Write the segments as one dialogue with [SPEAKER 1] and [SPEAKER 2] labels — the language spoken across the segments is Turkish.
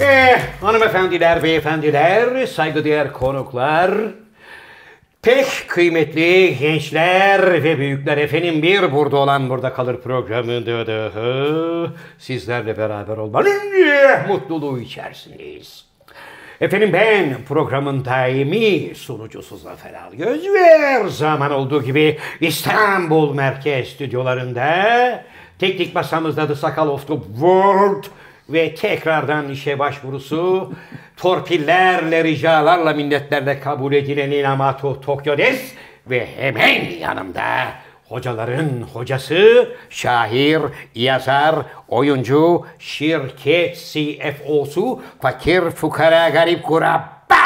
[SPEAKER 1] Ve Eh, hanımefendiler, beyefendiler, saygıdeğer konuklar, pek kıymetli gençler ve büyükler efendim bir burada olan burada kalır programında da sizlerle beraber olmanın eh, mutluluğu içerisindeyiz. Efendim ben programın daimi sunucusu Zafer Algöz ve her zaman olduğu gibi İstanbul Merkez stüdyolarında teknik masamızda The Sakal of the World ve tekrardan işe başvurusu torpillerle, ricalarla, minnetlerle kabul edilen Inamatu Tokyo'des ve hemen yanımda hocaların hocası, şair, yazar, oyuncu, şirket CFO'su, fakir, fukara, garip, kurabba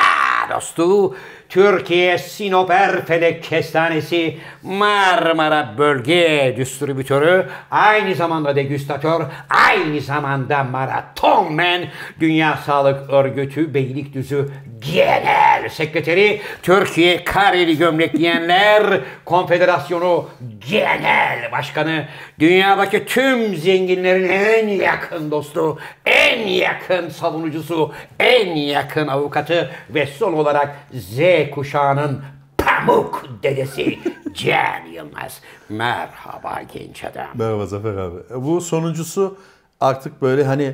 [SPEAKER 1] dostu, Türkiye Sinoper Felek Kestanesi Marmara Bölge Distribütörü, aynı zamanda degüstatör, aynı zamanda maratonmen, Dünya Sağlık Örgütü Beylikdüzü Genel Sekreteri, Türkiye Kareli Gömlek Giyenler Konfederasyonu Genel Başkanı, dünyadaki tüm zenginlerin en yakın dostu, en yakın savunucusu, en yakın avukatı ve son olarak Z kuşağının pamuk dedesi Cem Yılmaz. Merhaba genç adam.
[SPEAKER 2] Merhaba Zafer abi. E, Bu sonuncusu artık böyle hani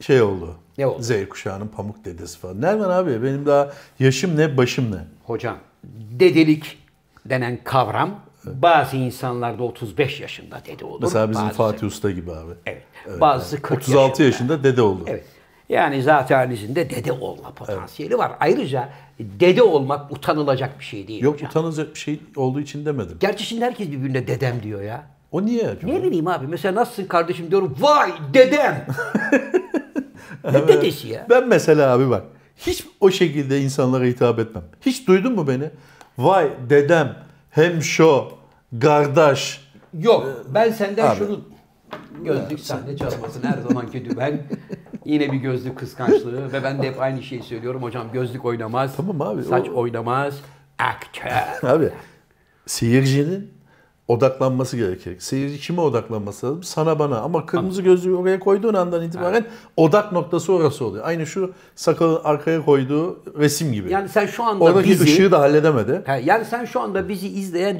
[SPEAKER 2] şey oldu.
[SPEAKER 1] Ne oldu?
[SPEAKER 2] Z kuşağının pamuk dedesi falan. Nereden abi? Benim daha yaşım ne, başım ne?
[SPEAKER 1] Hocam dedelik denen kavram bazı insanlarda 35 yaşında dede olur.
[SPEAKER 2] Mesela bizim
[SPEAKER 1] bazı-
[SPEAKER 2] Fatih Usta gibi abi.
[SPEAKER 1] Evet. Bazısı 40
[SPEAKER 2] 36 yaşında dede oldu.
[SPEAKER 1] Evet. Yani zat halisinde dede olma potansiyeli var. Ayrıca dede olmak utanılacak bir şey değil
[SPEAKER 2] Yok
[SPEAKER 1] hocam.
[SPEAKER 2] utanılacak bir şey olduğu için demedim.
[SPEAKER 1] Gerçi şimdi herkes birbirine dedem diyor ya.
[SPEAKER 2] O niye acaba?
[SPEAKER 1] Ne bileyim abi mesela nasılsın kardeşim diyorum vay dedem. ne dedesi ya?
[SPEAKER 2] Ben mesela abi bak hiç o şekilde insanlara hitap etmem. Hiç duydun mu beni? Vay dedem, hemşo, kardeş.
[SPEAKER 1] Yok ben senden
[SPEAKER 2] Ee, abi.
[SPEAKER 1] şunu gözlük sahne çalmasın her zamanki dümen. Yine bir gözlük kıskançlığı ve ben de hep aynı şeyi söylüyorum hocam gözlük oynamaz.
[SPEAKER 2] Tamam abi,
[SPEAKER 1] Saç
[SPEAKER 2] o-
[SPEAKER 1] oynamaz. Aktör.
[SPEAKER 2] Abi seyircinin odaklanması gerekir. Seyirci kime odaklanması lazım? Sana bana. Ama kırmızı gözlüğü oraya koyduğun andan itibaren odak noktası orası oluyor. Aynı şu sakalın arkaya koyduğu resim gibi.
[SPEAKER 1] Yani sen şu anda
[SPEAKER 2] Oradaki
[SPEAKER 1] bizi...
[SPEAKER 2] ışığı da halledemedi.
[SPEAKER 1] Ha, yani sen şu anda bizi izleyen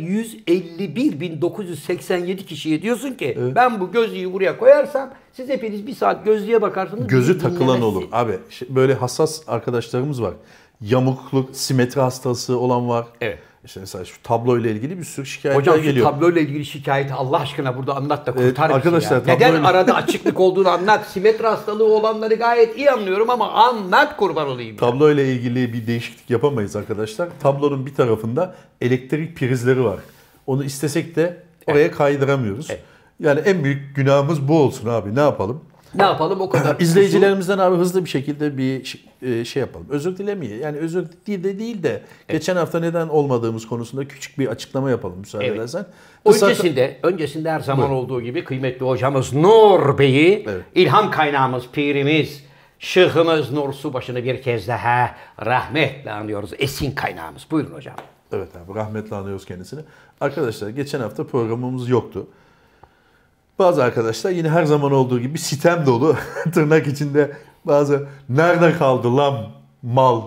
[SPEAKER 1] 151.987 kişiye diyorsun ki ben bu gözlüğü buraya koyarsam siz hepiniz bir saat gözlüğe bakarsınız.
[SPEAKER 2] Gözü
[SPEAKER 1] bizi
[SPEAKER 2] takılan
[SPEAKER 1] dinlemezsiniz.
[SPEAKER 2] olur. Abi şi- böyle hassas arkadaşlarımız var. Yamukluk, simetri hastası olan var.
[SPEAKER 1] Evet.
[SPEAKER 2] İşte mesela şu tablo ile ilgili bir sürü şikayetler
[SPEAKER 1] Hocam şu
[SPEAKER 2] geliyor.
[SPEAKER 1] tabloyla ilgili şikayeti Allah aşkına burada anlat da kurtar
[SPEAKER 2] Evet,
[SPEAKER 1] bizi
[SPEAKER 2] arkadaşlar,
[SPEAKER 1] ya. Neden
[SPEAKER 2] tabloyla-
[SPEAKER 1] arada açıklık olduğunu anlat. Simetri hastalığı olanları gayet iyi anlıyorum ama anlat kurban olayım.
[SPEAKER 2] Tablo ile ilgili bir değişiklik yapamayız arkadaşlar. Tablonun bir tarafında elektrik prizleri var. Onu istesek de oraya kaydıramıyoruz. Yani en büyük günahımız bu olsun abi. Ne yapalım?
[SPEAKER 1] Ne yapalım o kadar.
[SPEAKER 2] İzleyicilerimizden abi hızlı bir şekilde bir ş- e, şey yapalım. Özür dilemeye. Yani özür değil de değil de geçen hafta neden olmadığımız konusunda küçük bir açıklama yapalım müsaade
[SPEAKER 1] Evet.
[SPEAKER 2] edersen. Kısa-
[SPEAKER 1] Öncesinde, öncesinde her zaman olduğu gibi kıymetli hocamız Nur Bey'i,
[SPEAKER 2] Evet.
[SPEAKER 1] ilham kaynağımız, pirimiz, şıhımız Nur Subaşı'nı bir kez daha rahmetle anıyoruz. Esin kaynağımız. Buyurun hocam.
[SPEAKER 2] Evet abi rahmetle anıyoruz kendisini. Arkadaşlar geçen hafta programımız yoktu. Bazı arkadaşlar yine her zaman olduğu gibi sitem dolu tırnak içinde bazı nerede kaldı lan mal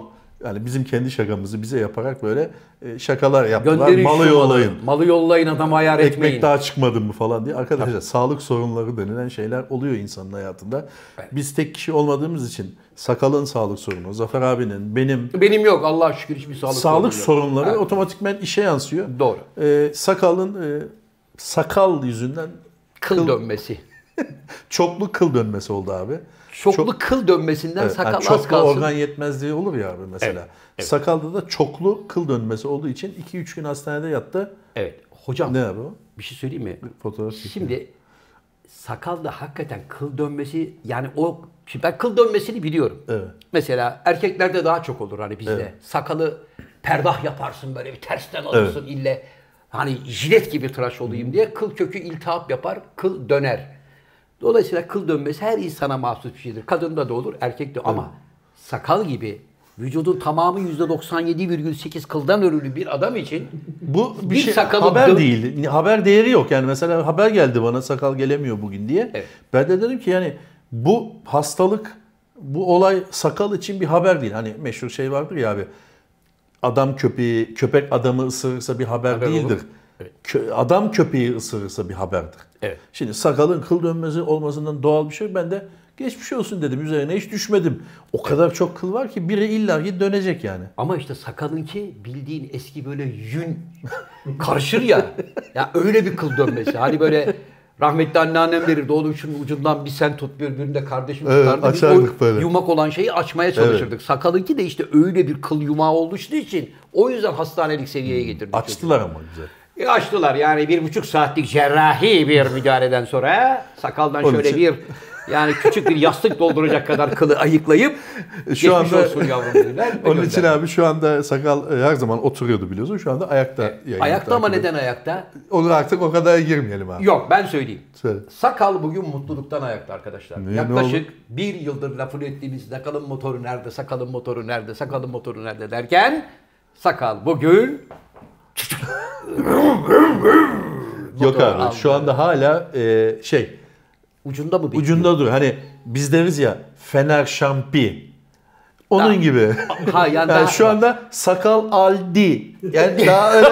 [SPEAKER 2] yani bizim kendi şakamızı bize yaparak böyle e, şakalar yaptılar.
[SPEAKER 1] Gönderin
[SPEAKER 2] Malı
[SPEAKER 1] şu
[SPEAKER 2] yollayın.
[SPEAKER 1] Malı, malı yollayın adamı ayar etmeyin.
[SPEAKER 2] Ekmek daha çıkmadı mı falan diye. Arkadaşlar sağlık sorunları denilen şeyler oluyor insanın hayatında. Biz tek kişi olmadığımız için sakalın sağlık sorunu, Zafer abinin, benim
[SPEAKER 1] Benim yok Allah'a şükür hiçbir sağlık,
[SPEAKER 2] sağlık
[SPEAKER 1] sorunu yok.
[SPEAKER 2] sorunları
[SPEAKER 1] Evet.
[SPEAKER 2] otomatikmen işe yansıyor.
[SPEAKER 1] Doğru.
[SPEAKER 2] Ee, sakalın e, sakal yüzünden
[SPEAKER 1] Kıl, dönmesi.
[SPEAKER 2] çoklu kıl dönmesi oldu abi.
[SPEAKER 1] Çoklu kıl dönmesinden
[SPEAKER 2] Evet,
[SPEAKER 1] sakal
[SPEAKER 2] yani
[SPEAKER 1] az
[SPEAKER 2] çoklu
[SPEAKER 1] kalsın.
[SPEAKER 2] organ yetmezliği olur ya abi mesela. Sakalda da çoklu kıl dönmesi olduğu için 2-3 gün hastanede yattı.
[SPEAKER 1] Evet. Hocam
[SPEAKER 2] Ne abi o?
[SPEAKER 1] bir şey söyleyeyim mi?
[SPEAKER 2] Fotoğraf çekiyor.
[SPEAKER 1] Şimdi sakalda hakikaten kıl dönmesi yani o şimdi ben kıl dönmesini biliyorum.
[SPEAKER 2] Evet.
[SPEAKER 1] Mesela erkeklerde daha çok olur hani bizde. Sakalı perdah yaparsın böyle bir tersten alırsın ille hani jilet gibi tıraş olayım diye kıl kökü iltihap yapar, kıl döner. Dolayısıyla kıl dönmesi her insana mahsus bir şeydir. Kadında da olur, erkekte ama sakal gibi vücudun tamamı %97,8 kıldan örülü bir adam için
[SPEAKER 2] Bu bir,
[SPEAKER 1] Bir
[SPEAKER 2] şey
[SPEAKER 1] sakalı
[SPEAKER 2] haber
[SPEAKER 1] dön-
[SPEAKER 2] değil. Haber değeri yok. Yani mesela haber geldi bana sakal gelemiyor bugün diye.
[SPEAKER 1] Evet.
[SPEAKER 2] Ben de dedim ki yani bu hastalık bu olay sakal için bir haber değil. Hani meşhur şey vardır ya abi. Adam köpeği, köpek adamı ısırırsa bir haber,
[SPEAKER 1] Haber olur.
[SPEAKER 2] değildir. Kö- adam köpeği ısırırsa bir haberdir.
[SPEAKER 1] Evet.
[SPEAKER 2] Şimdi sakalın kıl dönmesi olmasından doğal bir şey. Ben de geçmiş olsun dedim. Üzerine hiç düşmedim. O kadar çok kıl var ki biri illaki dönecek yani.
[SPEAKER 1] Ama işte sakalınki bildiğin eski böyle yün karışır ya. Ya öyle bir kıl dönmesi. Hani böyle rahmetli anneannem verirdi. Oğlum şunun ucundan bir sen tut birbirinde de kardeşim
[SPEAKER 2] Evet,
[SPEAKER 1] tutardı. Biz
[SPEAKER 2] açardık
[SPEAKER 1] o
[SPEAKER 2] böyle.
[SPEAKER 1] yumak olan şeyi açmaya çalışırdık. Sakalınki de işte öyle bir kıl yumağı oluştuğu için o yüzden hastanelik seviyeye getirdi. çocuğu.
[SPEAKER 2] Açtılar ama güzel.
[SPEAKER 1] E, açtılar yani bir buçuk saatlik cerrahi bir müdahaleden sonra sakaldan
[SPEAKER 2] Onun
[SPEAKER 1] şöyle
[SPEAKER 2] için-
[SPEAKER 1] bir yani küçük bir yastık dolduracak kadar kılı ayıklayıp geçmiş
[SPEAKER 2] E, anda-
[SPEAKER 1] olsun yavrum dediler ve
[SPEAKER 2] Onun için
[SPEAKER 1] gönderdiler.
[SPEAKER 2] abi şu anda sakal e, her zaman oturuyordu biliyorsun. Şu anda ayakta. yayını
[SPEAKER 1] E, Ayakta ama
[SPEAKER 2] takip ediyor.
[SPEAKER 1] neden ayakta?
[SPEAKER 2] Onu artık o kadar girmeyelim abi.
[SPEAKER 1] Yok ben söyleyeyim.
[SPEAKER 2] Söyle.
[SPEAKER 1] Sakal bugün mutluluktan ayakta arkadaşlar.
[SPEAKER 2] Niye, ne
[SPEAKER 1] Yaklaşık bir yıldır lafını ettiğimiz sakalın motoru nerede, sakalın motoru nerede, sakalın motoru nerede derken sakal bugün
[SPEAKER 2] Yok abi
[SPEAKER 1] aldı.
[SPEAKER 2] şu anda hala e, şey
[SPEAKER 1] ucunda mı bekliyor?
[SPEAKER 2] ucunda dur. Hani biz deriz ya Fener Şampi. Onun
[SPEAKER 1] Daha-
[SPEAKER 2] gibi.
[SPEAKER 1] Ha, yani
[SPEAKER 2] yani
[SPEAKER 1] daha-
[SPEAKER 2] şu anda sakal aldi. Yani daha öyle-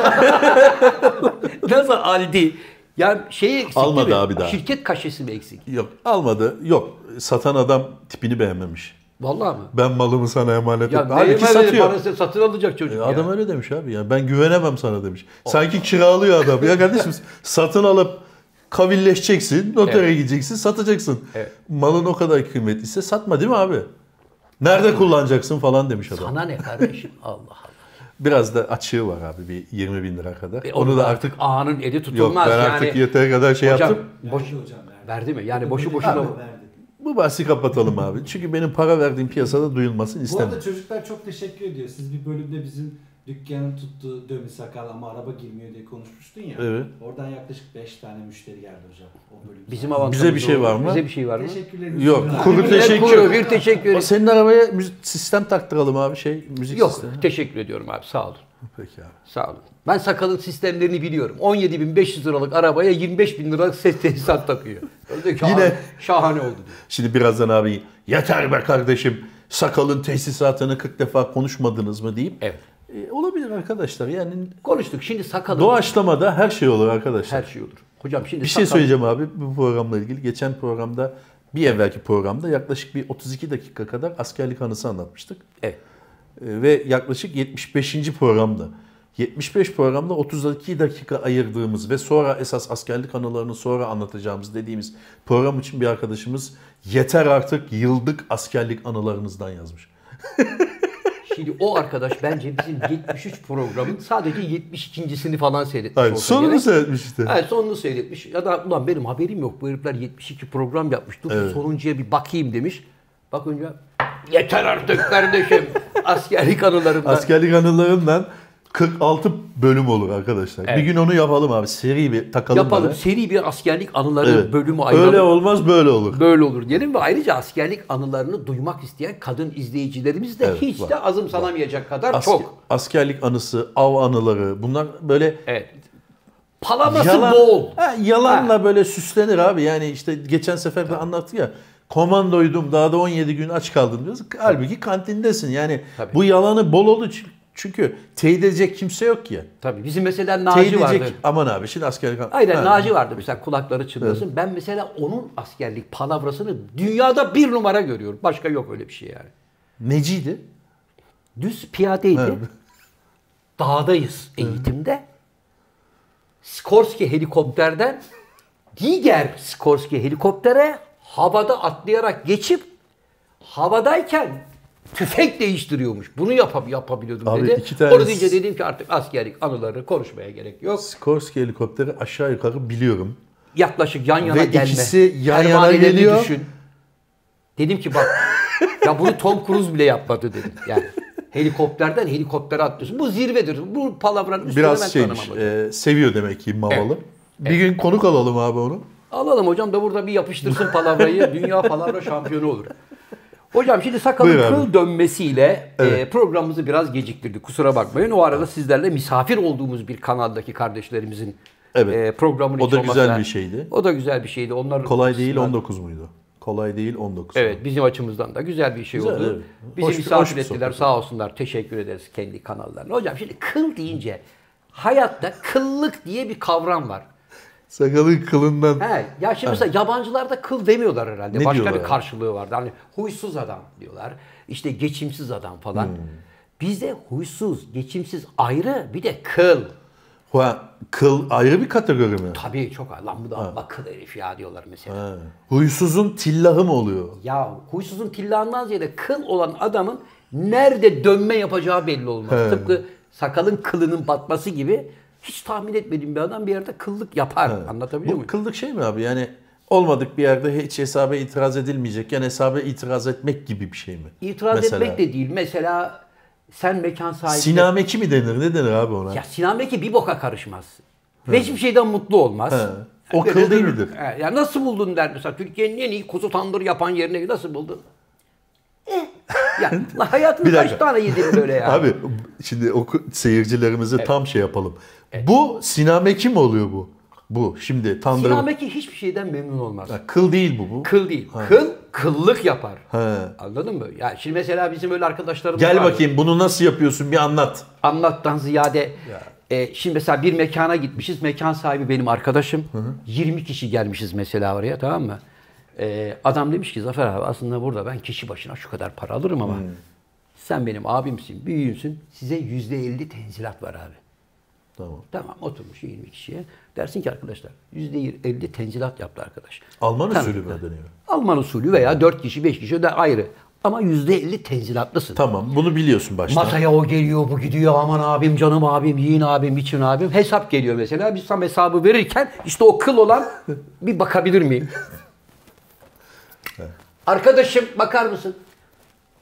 [SPEAKER 1] Nasıl Aldi? Yani şeyi eksik
[SPEAKER 2] Almadı
[SPEAKER 1] değil mi?
[SPEAKER 2] abi daha.
[SPEAKER 1] Şirket kaşesi mi eksik?
[SPEAKER 2] yok almadı. Yok satan adam tipini beğenmemiş.
[SPEAKER 1] Vallahi mı?
[SPEAKER 2] Ben malımı sana emanet
[SPEAKER 1] Ya
[SPEAKER 2] ettim.
[SPEAKER 1] ne
[SPEAKER 2] Halbuki
[SPEAKER 1] yemeğe
[SPEAKER 2] satıyor. E,
[SPEAKER 1] parası satın alacak çocuk ya.
[SPEAKER 2] Adam öyle demiş abi ya. Ben güvenemem sana demiş. Sanki kiralıyor adam. Ya kardeşim satın alıp kavilleşeceksin, notere
[SPEAKER 1] Evet.
[SPEAKER 2] gideceksin, satacaksın.
[SPEAKER 1] Evet.
[SPEAKER 2] Malın o kadar kıymetliyse satma değil mi abi? Nerede kullanacaksın falan demiş adam.
[SPEAKER 1] Sana ne kardeşim? Allah Allah.
[SPEAKER 2] Biraz da açığı var abi bir 20 bin lira kadar.
[SPEAKER 1] E,
[SPEAKER 2] Onu da artık
[SPEAKER 1] ağanın eli
[SPEAKER 2] yok
[SPEAKER 1] tutulmaz
[SPEAKER 2] ben
[SPEAKER 1] yani.
[SPEAKER 2] artık yeteri kadar şey
[SPEAKER 1] Hocam,
[SPEAKER 2] yaptım.
[SPEAKER 1] boş,
[SPEAKER 3] Verdi hocam verdi.
[SPEAKER 1] verdi mi? Yani boşu boşuna
[SPEAKER 3] Verdi.
[SPEAKER 2] Bu bahsi kapatalım abi. Çünkü benim para verdiğim piyasada duyulmasını
[SPEAKER 3] Bu arada
[SPEAKER 2] istemiyorum.
[SPEAKER 3] çocuklar çok teşekkür ediyor. Siz bir bölümde bizim dükkanın tuttuğu dövme sakal ama araba girmiyor diye konuşmuştun ya.
[SPEAKER 2] Evet.
[SPEAKER 3] Oradan yaklaşık 5 tane müşteri geldi hocam o bölümde.
[SPEAKER 1] bizim avantajımız
[SPEAKER 2] Bize bir şey
[SPEAKER 1] oldu.
[SPEAKER 2] var mı?
[SPEAKER 1] Bize bir şey var mı?
[SPEAKER 3] Teşekkürlerimizi
[SPEAKER 2] Yok,
[SPEAKER 3] sunuyoruz.
[SPEAKER 2] kuru
[SPEAKER 1] Bir
[SPEAKER 2] teşekkür.
[SPEAKER 1] Bir teşekkür.
[SPEAKER 2] O senin arabaya müzik sistem taktıralım abi şey müzik
[SPEAKER 1] Yok
[SPEAKER 2] sistemi.
[SPEAKER 1] teşekkür ediyorum abi sağ olun.
[SPEAKER 2] Peki abi.
[SPEAKER 1] Sağ olun. Ben sakalın sistemlerini biliyorum. 17.500 liralık arabaya 25.000 liralık ses tesisat takıyor. Diyor ki,
[SPEAKER 2] Yine-
[SPEAKER 1] "Abi, şahane oldu. diyor.
[SPEAKER 2] Şimdi birazdan abi yeter be kardeşim sakalın tesisatını 40 defa konuşmadınız mı deyip
[SPEAKER 1] Evet.
[SPEAKER 2] E, olabilir arkadaşlar yani
[SPEAKER 1] Konuştuk. Şimdi sakalın
[SPEAKER 2] doğaçlamada her şey olur arkadaşlar.
[SPEAKER 1] her şey olur. Hocam şimdi
[SPEAKER 2] Bir şey
[SPEAKER 1] sakal-
[SPEAKER 2] söyleyeceğim abi bu programla ilgili. Geçen programda bir evvelki programda yaklaşık bir 32 dakika kadar askerlik anısı anlatmıştık.
[SPEAKER 1] Evet.
[SPEAKER 2] E, ve yaklaşık 75. programda 75 programda 32 dakika ayırdığımız ve sonra esas askerlik anılarını sonra anlatacağımız dediğimiz program için bir arkadaşımız yeter artık yıldık askerlik anılarınızdan yazmış.
[SPEAKER 1] Şimdi o arkadaş bence bizim 73 programın sadece 72.sini falan seyretmiş
[SPEAKER 2] Hayır,
[SPEAKER 1] olsa
[SPEAKER 2] sonunu
[SPEAKER 1] gerek.
[SPEAKER 2] seyretmiş işte.
[SPEAKER 1] Evet sonunu seyretmiş. Ya da ulan benim haberim yok. Bu herifler 72 program yapmış. Dur şu
[SPEAKER 2] Evet.
[SPEAKER 1] sonuncuya bir bakayım demiş. Bakınca yeter artık kardeşim. Askerlik anılarımda.
[SPEAKER 2] Askerlik anılarından 46 bölüm olur arkadaşlar.
[SPEAKER 1] Evet.
[SPEAKER 2] Bir gün onu yapalım abi. Seri bir takalım.
[SPEAKER 1] yapalım.
[SPEAKER 2] bana.
[SPEAKER 1] Seri bir askerlik anıları
[SPEAKER 2] Evet.
[SPEAKER 1] bölümü
[SPEAKER 2] Öyle
[SPEAKER 1] ayıralım.
[SPEAKER 2] olmaz böyle olur.
[SPEAKER 1] Böyle olur diyelim ve ayrıca askerlik anılarını duymak isteyen kadın izleyicilerimiz de
[SPEAKER 2] Evet,
[SPEAKER 1] hiç
[SPEAKER 2] var.
[SPEAKER 1] de azımsanamayacak kadar
[SPEAKER 2] Asker-
[SPEAKER 1] çok.
[SPEAKER 2] Askerlik anısı, av anıları bunlar böyle
[SPEAKER 1] Evet. Palaması
[SPEAKER 2] yalan,
[SPEAKER 1] bol.
[SPEAKER 2] Ha, yalanla böyle süslenir abi. Yani işte geçen sefer de anlattı ya. Komandoydum daha da 17 gün aç kaldım diyoruz. Halbuki kantindesin. Yani
[SPEAKER 1] Tabii.
[SPEAKER 2] bu yalanı bol oldu çünkü- çünkü teyit edecek kimse yok ki.
[SPEAKER 1] Tabii bizim mesela
[SPEAKER 2] Teyit
[SPEAKER 1] Naci vardı.
[SPEAKER 2] edecek aman abi şimdi askerlik an-
[SPEAKER 1] Aynen
[SPEAKER 2] Ha.
[SPEAKER 1] Naci vardı mesela kulakları çınlasın. Ben mesela onun askerlik palavrasını dünyada bir numara görüyorum. Başka yok öyle bir şey yani.
[SPEAKER 2] Neciydi?
[SPEAKER 1] Düz piyadeydi.
[SPEAKER 2] Evet.
[SPEAKER 1] Dağdayız eğitimde. Skorsky helikopterden diğer Skorsky helikoptere havada atlayarak geçip havadayken tüfek değiştiriyormuş. Bunu yapab yapabiliyordum
[SPEAKER 2] Abi
[SPEAKER 1] dedi.
[SPEAKER 2] iki tane-
[SPEAKER 1] Onu deyince dedim ki artık askerlik anılarını konuşmaya gerek yok.
[SPEAKER 2] Skorsky helikopteri aşağı yukarı biliyorum.
[SPEAKER 1] yaklaşık yan yana
[SPEAKER 2] Ve
[SPEAKER 1] gelme.
[SPEAKER 2] ikisi yan yana
[SPEAKER 1] Pervanelerini
[SPEAKER 2] geliyor.
[SPEAKER 1] Düşün. Dedim ki bak ya bunu Tom Cruise bile yapmadı dedim. Yani helikopterden helikoptere atlıyorsun. Bu zirvedir. Bu palavranın üstüne ben
[SPEAKER 2] Biraz şeymiş,
[SPEAKER 1] tanımam.
[SPEAKER 2] e, seviyor demek ki mavalı. Bir gün konuk alalım abi onu.
[SPEAKER 1] Alalım hocam da burada bir yapıştırsın palavrayı. Dünya palavra şampiyonu olur. Hocam şimdi sakalın
[SPEAKER 2] Buyur abi.
[SPEAKER 1] kıl dönmesiyle e, programımızı biraz geciktirdik. Kusura bakmayın. O arada sizlerle misafir olduğumuz bir kanaldaki kardeşlerimizin
[SPEAKER 2] Evet.
[SPEAKER 1] e, programını
[SPEAKER 2] O
[SPEAKER 1] hiç
[SPEAKER 2] da güzel
[SPEAKER 1] olmazsa-
[SPEAKER 2] bir şeydi.
[SPEAKER 1] O da güzel bir şeydi. Onlar
[SPEAKER 2] Kolay değil 19 muydu? Kolay değil 19.
[SPEAKER 1] Evet bizim açımızdan da güzel bir şey
[SPEAKER 2] Güzel,
[SPEAKER 1] oldu.
[SPEAKER 2] evet.
[SPEAKER 1] Bizi
[SPEAKER 2] Hoş bir- hoş
[SPEAKER 1] misafir
[SPEAKER 2] bir
[SPEAKER 1] ettiler
[SPEAKER 2] sohbet.
[SPEAKER 1] sağ olsunlar. Teşekkür ederiz kendi kanallarına. Hocam şimdi kıl deyince hayatta kıllık diye bir kavram var.
[SPEAKER 2] Sakalın kılından.
[SPEAKER 1] He, ya şimdi mesela yabancılarda kıl demiyorlar herhalde.
[SPEAKER 2] Ne
[SPEAKER 1] Başka
[SPEAKER 2] diyorlar?
[SPEAKER 1] bir karşılığı vardı. Hani huysuz adam diyorlar. İşte geçimsiz adam falan.
[SPEAKER 2] Hmm.
[SPEAKER 1] Bizde huysuz, geçimsiz ayrı bir de kıl.
[SPEAKER 2] Ha, kıl ayrı bir kategori mi?
[SPEAKER 1] Tabii çok ayrı. Lan bu da amma kıl herif ya diyorlar mesela.
[SPEAKER 2] Ha. Huysuzun tillahı mı oluyor?
[SPEAKER 1] Ya huysuzun tillağından ziyade kıl olan adamın nerede dönme yapacağı belli olmaz.
[SPEAKER 2] He.
[SPEAKER 1] Tıpkı sakalın kılının batması gibi hiç tahmin etmediğim bir adam bir yerde kıllık yapar. Anlatabiliyor
[SPEAKER 2] Bu
[SPEAKER 1] muyum?
[SPEAKER 2] kıllık şey mi abi? Yani olmadık bir yerde hiç hesaba itiraz edilmeyecekken hesaba itiraz etmek gibi bir şey mi?
[SPEAKER 1] İtiraz
[SPEAKER 2] Mesela.
[SPEAKER 1] etmek de değil. Mesela sen mekan sahibi.
[SPEAKER 2] Sinameki mi denir? Ne denir abi ona?
[SPEAKER 1] Ya Sinan Bey ki bir boka karışmaz. Ve hiçbir şeyden mutlu olmaz.
[SPEAKER 2] He. O
[SPEAKER 1] Böyle
[SPEAKER 2] kıl değil
[SPEAKER 1] durur.
[SPEAKER 2] midir?
[SPEAKER 1] He, Ya nasıl buldun der mesela. Türkiye'nin en iyi kuzu tandır yapan yerine nasıl buldun? Eh. ya la hayatımda
[SPEAKER 2] Bir
[SPEAKER 1] kaç
[SPEAKER 2] dakika.
[SPEAKER 1] tane yedim böyle ya?
[SPEAKER 2] Abi şimdi o ku- seyircilerimize tam şey yapalım. Bu sinameki mi oluyor bu? Bu şimdi tandırı.
[SPEAKER 1] Sinan Bey ki hiçbir şeyden memnun olmaz.
[SPEAKER 2] Ha, Kıl değil bu bu.
[SPEAKER 1] Kıl değil. Kıl kıllık yapar.
[SPEAKER 2] Ha.
[SPEAKER 1] Anladın mı? Ya şimdi mesela bizim öyle arkadaşlarımız
[SPEAKER 2] Gel
[SPEAKER 1] vardı.
[SPEAKER 2] bakayım bunu nasıl yapıyorsun bir anlat.
[SPEAKER 1] Anlattan ziyade e, şimdi mesela bir mekana gitmişiz. Mekan sahibi benim arkadaşım. 20 kişi gelmişiz mesela oraya tamam mı? E, adam demiş ki Zafer abi aslında burada ben kişi başına şu kadar para alırım ama sen benim abimsin, büyüğümsün. Size %50 tenzilat var abi.
[SPEAKER 2] Tamam.
[SPEAKER 1] Tamam oturmuş 20 kişiye. Dersin ki arkadaşlar %50 tenzilat yaptı arkadaş.
[SPEAKER 2] Alman
[SPEAKER 1] Tamam.
[SPEAKER 2] usulü mü dönüyor?
[SPEAKER 1] Alman usulü veya 4 kişi 5 kişi de ayrı. Ama %50 tenzilatlısın.
[SPEAKER 2] Tamam bunu biliyorsun baştan.
[SPEAKER 1] Masaya o geliyor, bu gidiyor. Aman abim, canım abim, yiyin abim, için abim. Hesap geliyor mesela. Biz tam hesabı verirken işte o kıl olan bir bakabilir miyim? Arkadaşım bakar mısın?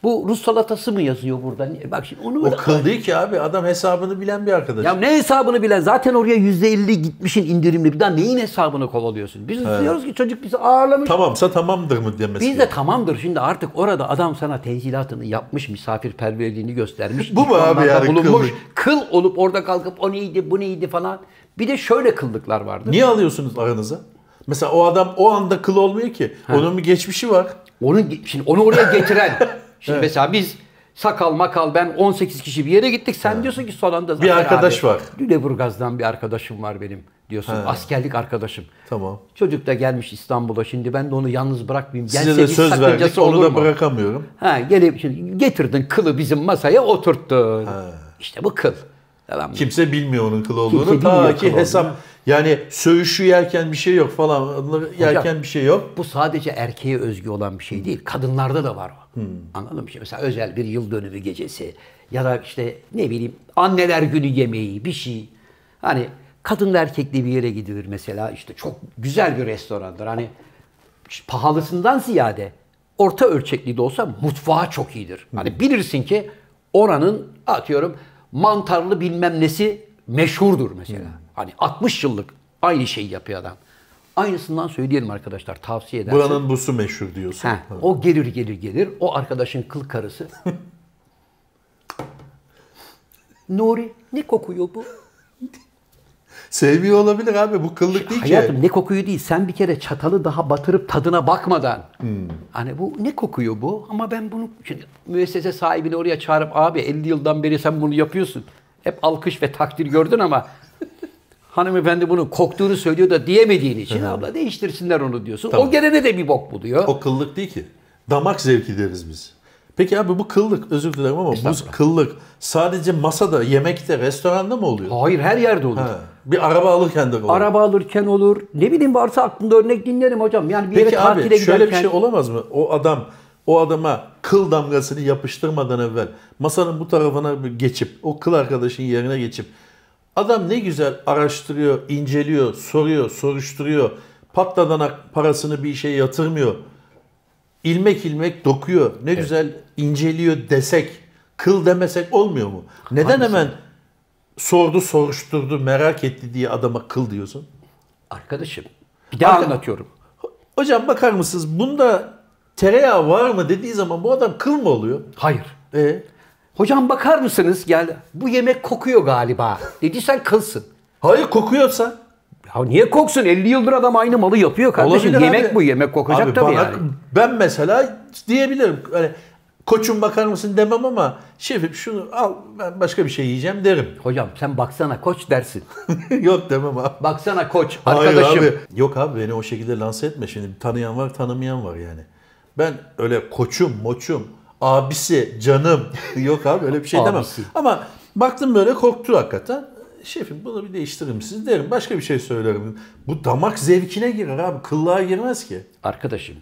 [SPEAKER 1] Bu Rus salatası mı yazıyor burada? Ne- Bak şimdi onu
[SPEAKER 2] O kıl değil ki abi adam hesabını bilen bir arkadaş.
[SPEAKER 1] ya ne hesabını bilen zaten oraya %50 gitmişin indirimli. Bir daha neyin hesabını kovalıyorsun? Biz diyoruz ki çocuk bizi ağırlamış.
[SPEAKER 2] Tamamsa tamamdır mı demesi.
[SPEAKER 1] Biz de tamamdır şimdi artık orada adam sana tenzilatını yapmış, misafirperverliğini göstermiş.
[SPEAKER 2] Bu mu
[SPEAKER 1] ikramlarda
[SPEAKER 2] abi yani
[SPEAKER 1] bulunmuş,
[SPEAKER 2] kıllık?
[SPEAKER 1] kıl olup orada kalkıp o neydi bu neydi falan. Bir de şöyle kıllıklar vardı.
[SPEAKER 2] Niye alıyorsunuz aranıza? Mesela o adam o anda kıl olmuyor ki. Onun bir geçmişi var.
[SPEAKER 1] Onun şimdi onu oraya getiren. Şimdi mesela biz sakal makal ben 18 kişi bir yere gittik. Sen diyorsun ki son anda Zafer
[SPEAKER 2] arkadaş
[SPEAKER 1] abi,
[SPEAKER 2] var.
[SPEAKER 1] Lüleburgaz'dan bir arkadaşım var benim diyorsun. Askerlik arkadaşım.
[SPEAKER 2] Tamam.
[SPEAKER 1] Çocuk da gelmiş İstanbul'a şimdi ben de onu yalnız bırakmayayım. Gelse
[SPEAKER 2] Size de
[SPEAKER 1] bir
[SPEAKER 2] söz
[SPEAKER 1] sakıncası
[SPEAKER 2] verdik.
[SPEAKER 1] olur
[SPEAKER 2] Onu da
[SPEAKER 1] mu?
[SPEAKER 2] bırakamıyorum.
[SPEAKER 1] Ha gelip şimdi getirdin kılı bizim masaya oturttun. İşte bu kıl. Tamam mı?
[SPEAKER 2] Kimse bilmiyor onun kıl olduğunu.
[SPEAKER 1] Kimse bilmiyor
[SPEAKER 2] Ta
[SPEAKER 1] kıl
[SPEAKER 2] ki
[SPEAKER 1] olduğunu.
[SPEAKER 2] hesap yani söğüşü yerken bir şey yok falan. Onları yerken bir şey yok.
[SPEAKER 1] Bu sadece erkeğe özgü olan bir şey değil. Kadınlarda da var o. Anladın mı? Şimdi mesela özel bir yıl dönümü gecesi ya da işte ne bileyim anneler günü yemeği bir şey. Hani kadınla erkekli bir yere gidilir mesela işte çok güzel bir restorandır. Hani pahalısından ziyade orta ölçekli de olsa mutfağı çok iyidir. Hani bilirsin ki oranın atıyorum mantarlı bilmem nesi meşhurdur mesela. Hani 60 yıllık aynı şeyi yapıyor adam. Aynısından söyleyelim arkadaşlar tavsiye edersin.
[SPEAKER 2] Buranın busu meşhur diyorsun.
[SPEAKER 1] Ha, o gelir gelir gelir. O arkadaşın kıl karısı. Nuri ne kokuyor bu?
[SPEAKER 2] Sevmiyor olabilir abi. Bu kıllık değil ki.
[SPEAKER 1] Hayatım ne kokuyor değil. Sen bir kere çatalı daha batırıp tadına bakmadan.
[SPEAKER 2] Hmm.
[SPEAKER 1] Hani bu ne kokuyor bu? Ama ben bunu şimdi müessese sahibini oraya çağırıp abi 50 yıldan beri sen bunu yapıyorsun. Hep alkış ve takdir gördün ama hanımefendi bunun koktuğunu söylüyor da diyemediğin için abla değiştirsinler onu diyorsun.
[SPEAKER 2] Tamam.
[SPEAKER 1] O gelene de bir bok buluyor.
[SPEAKER 2] O kıllık değil ki. Damak zevki deriz biz. Peki abi bu kıllık özür dilerim ama bu kıllık sadece masada, yemekte, restoranda mı oluyor?
[SPEAKER 1] Hayır her yerde olur.
[SPEAKER 2] Ha, Bir araba alırken de oluyor.
[SPEAKER 1] Araba alırken olur. Ne bileyim varsa aklımda örnek dinlerim hocam. Yani bir yere
[SPEAKER 2] Peki
[SPEAKER 1] tatile
[SPEAKER 2] abi
[SPEAKER 1] giderken.
[SPEAKER 2] şöyle bir şey olamaz mı? O adam o adama kıl damgasını yapıştırmadan evvel masanın bu tarafına bir geçip o kıl arkadaşın yerine geçip adam ne güzel araştırıyor, inceliyor, soruyor, soruşturuyor. Patladanak parasını bir işe yatırmıyor. İlmek ilmek dokuyor. Ne güzel inceliyor desek, kıl demesek olmuyor mu? Neden hemen sordu, soruşturdu, merak etti diye adama kıl diyorsun?
[SPEAKER 1] Arkadaşım bir daha
[SPEAKER 2] Arka-
[SPEAKER 1] anlatıyorum.
[SPEAKER 2] Hocam bakar mısınız bunda tereyağı var mı dediği zaman bu adam kıl mı oluyor?
[SPEAKER 1] Hayır.
[SPEAKER 2] E,
[SPEAKER 1] Hocam bakar mısınız? Gel bu yemek kokuyor galiba. Dediysen kılsın.
[SPEAKER 2] hayır kokuyorsa
[SPEAKER 1] Ya niye koksun? 50 yıldır adam aynı malı yapıyor kardeşim.
[SPEAKER 2] Olabilir
[SPEAKER 1] yemek
[SPEAKER 2] abi.
[SPEAKER 1] bu yemek kokacak
[SPEAKER 2] Abi
[SPEAKER 1] tabii
[SPEAKER 2] bana-
[SPEAKER 1] yani.
[SPEAKER 2] Ben mesela diyebilirim. Hani, koçum bakar mısın demem ama şefim şunu al ben başka bir şey yiyeceğim derim.
[SPEAKER 1] Hocam sen baksana koç dersin.
[SPEAKER 2] Yok demem abi.
[SPEAKER 1] Baksana koç
[SPEAKER 2] Hayır
[SPEAKER 1] arkadaşım.
[SPEAKER 2] abi. Yok abi beni o şekilde lanse etme şimdi. Tanıyan var tanımayan var yani. Ben öyle koçum moçum abisi canım yok abi öyle bir şey demem.
[SPEAKER 1] Abisi.
[SPEAKER 2] Ama baktım böyle korktu hakikaten. Şefim bunu bir değiştirir misiniz derim. Başka bir şey söylerim. Bu damak zevkine girer abi. Kıllığa girmez ki.
[SPEAKER 1] Arkadaşım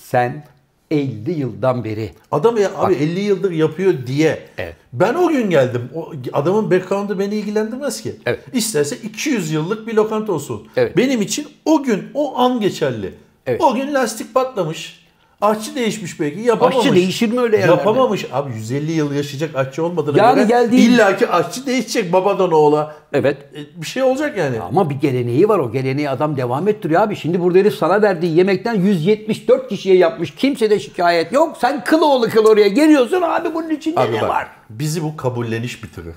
[SPEAKER 1] sen 50 yıldan beri
[SPEAKER 2] Adam ya abi 50 yıldır yapıyor diye.
[SPEAKER 1] Evet.
[SPEAKER 2] Ben o gün geldim. O adamın background'u beni ilgilendirmez ki.
[SPEAKER 1] Evet.
[SPEAKER 2] İsterse 200 yıllık bir lokanta olsun.
[SPEAKER 1] Evet.
[SPEAKER 2] Benim için o gün o an geçerli.
[SPEAKER 1] Evet.
[SPEAKER 2] O gün lastik patlamış. Aşçı değişmiş belki yapamamış.
[SPEAKER 1] Aşçı değişir mi öyle yerlerde?
[SPEAKER 2] Yapamamış. Abi 150 yıl yaşayacak aşçı olmadığına
[SPEAKER 1] Yani
[SPEAKER 2] göre
[SPEAKER 1] geldiği-
[SPEAKER 2] illaki aşçı değişecek babadan oğula.
[SPEAKER 1] evet
[SPEAKER 2] E, Bir şey olacak yani.
[SPEAKER 1] ama bir geleneği var o geleneği adam devam ettiriyor abi. Şimdi burada herif sana verdiği yemekten 174 kişiye yapmış. Kimse de şikayet yok. Sen Kılıoğlu kıl oraya geliyorsun abi bunun içinde
[SPEAKER 2] Abi
[SPEAKER 1] ne
[SPEAKER 2] bak,
[SPEAKER 1] var?
[SPEAKER 2] bizi bu kabulleniş bitirir.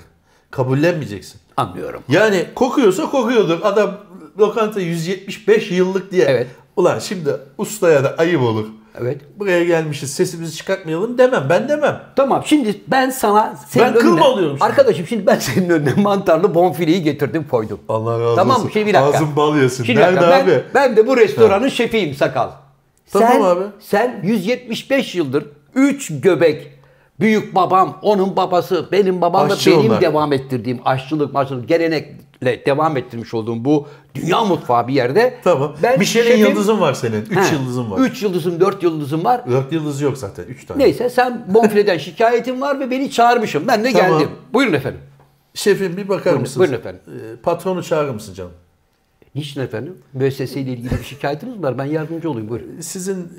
[SPEAKER 2] Kabullenmeyeceksin.
[SPEAKER 1] Anlıyorum.
[SPEAKER 2] Yani kokuyorsa kokuyordur. Adam lokanta 175 yıllık diye.
[SPEAKER 1] Evet.
[SPEAKER 2] Ulan şimdi ustaya da ayıp olur.
[SPEAKER 1] Evet.
[SPEAKER 2] Buraya gelmişiz sesimizi çıkartmayalım demem. Ben demem.
[SPEAKER 1] Tamam şimdi ben sana senin
[SPEAKER 2] Ben kılma alıyorum şimdi.
[SPEAKER 1] Arkadaşım şimdi ben senin önüne mantarlı bonfileyi getirdim koydum.
[SPEAKER 2] Allah razı
[SPEAKER 1] tamam,
[SPEAKER 2] olsun.
[SPEAKER 1] şimdi bir dakika.
[SPEAKER 2] Ağzım bal yesin.
[SPEAKER 1] Şimdi bir
[SPEAKER 2] Nerede
[SPEAKER 1] dakika, ben,
[SPEAKER 2] abi?
[SPEAKER 1] ben de bu restoranın şefiyim sakal.
[SPEAKER 2] Tamam
[SPEAKER 1] sen,
[SPEAKER 2] abi.
[SPEAKER 1] Sen 175 yıldır 3 göbek büyük babam, onun babası, benim babam da
[SPEAKER 2] Aşçı
[SPEAKER 1] benim
[SPEAKER 2] onlar.
[SPEAKER 1] devam ettirdiğim aşçılık, maçlılık gelenekle devam ettirmiş olduğum bu dünya mutfağı bir yerde.
[SPEAKER 2] Tamam.
[SPEAKER 1] Ben
[SPEAKER 2] bir şey şeyin
[SPEAKER 1] şefim-
[SPEAKER 2] yıldızın var senin. 3
[SPEAKER 1] He,
[SPEAKER 2] yıldızın var.
[SPEAKER 1] Üç yıldızım, dört yıldızım var.
[SPEAKER 2] 4 yıldız yok zaten. 3 tane.
[SPEAKER 1] Neyse sen bonfileden şikayetin var ve beni çağırmışım. Ben de
[SPEAKER 2] Tamam.
[SPEAKER 1] geldim. Buyurun efendim.
[SPEAKER 2] Şefim bir bakar
[SPEAKER 1] Buyurun-
[SPEAKER 2] mısınız?
[SPEAKER 1] buyurun efendim.
[SPEAKER 2] Ee, patronu çağırır mısın canım?
[SPEAKER 1] Niçin efendim? Müesseseyle ilgili bir şikayetiniz mi var. Ben yardımcı olayım. Buyurun.
[SPEAKER 2] Sizin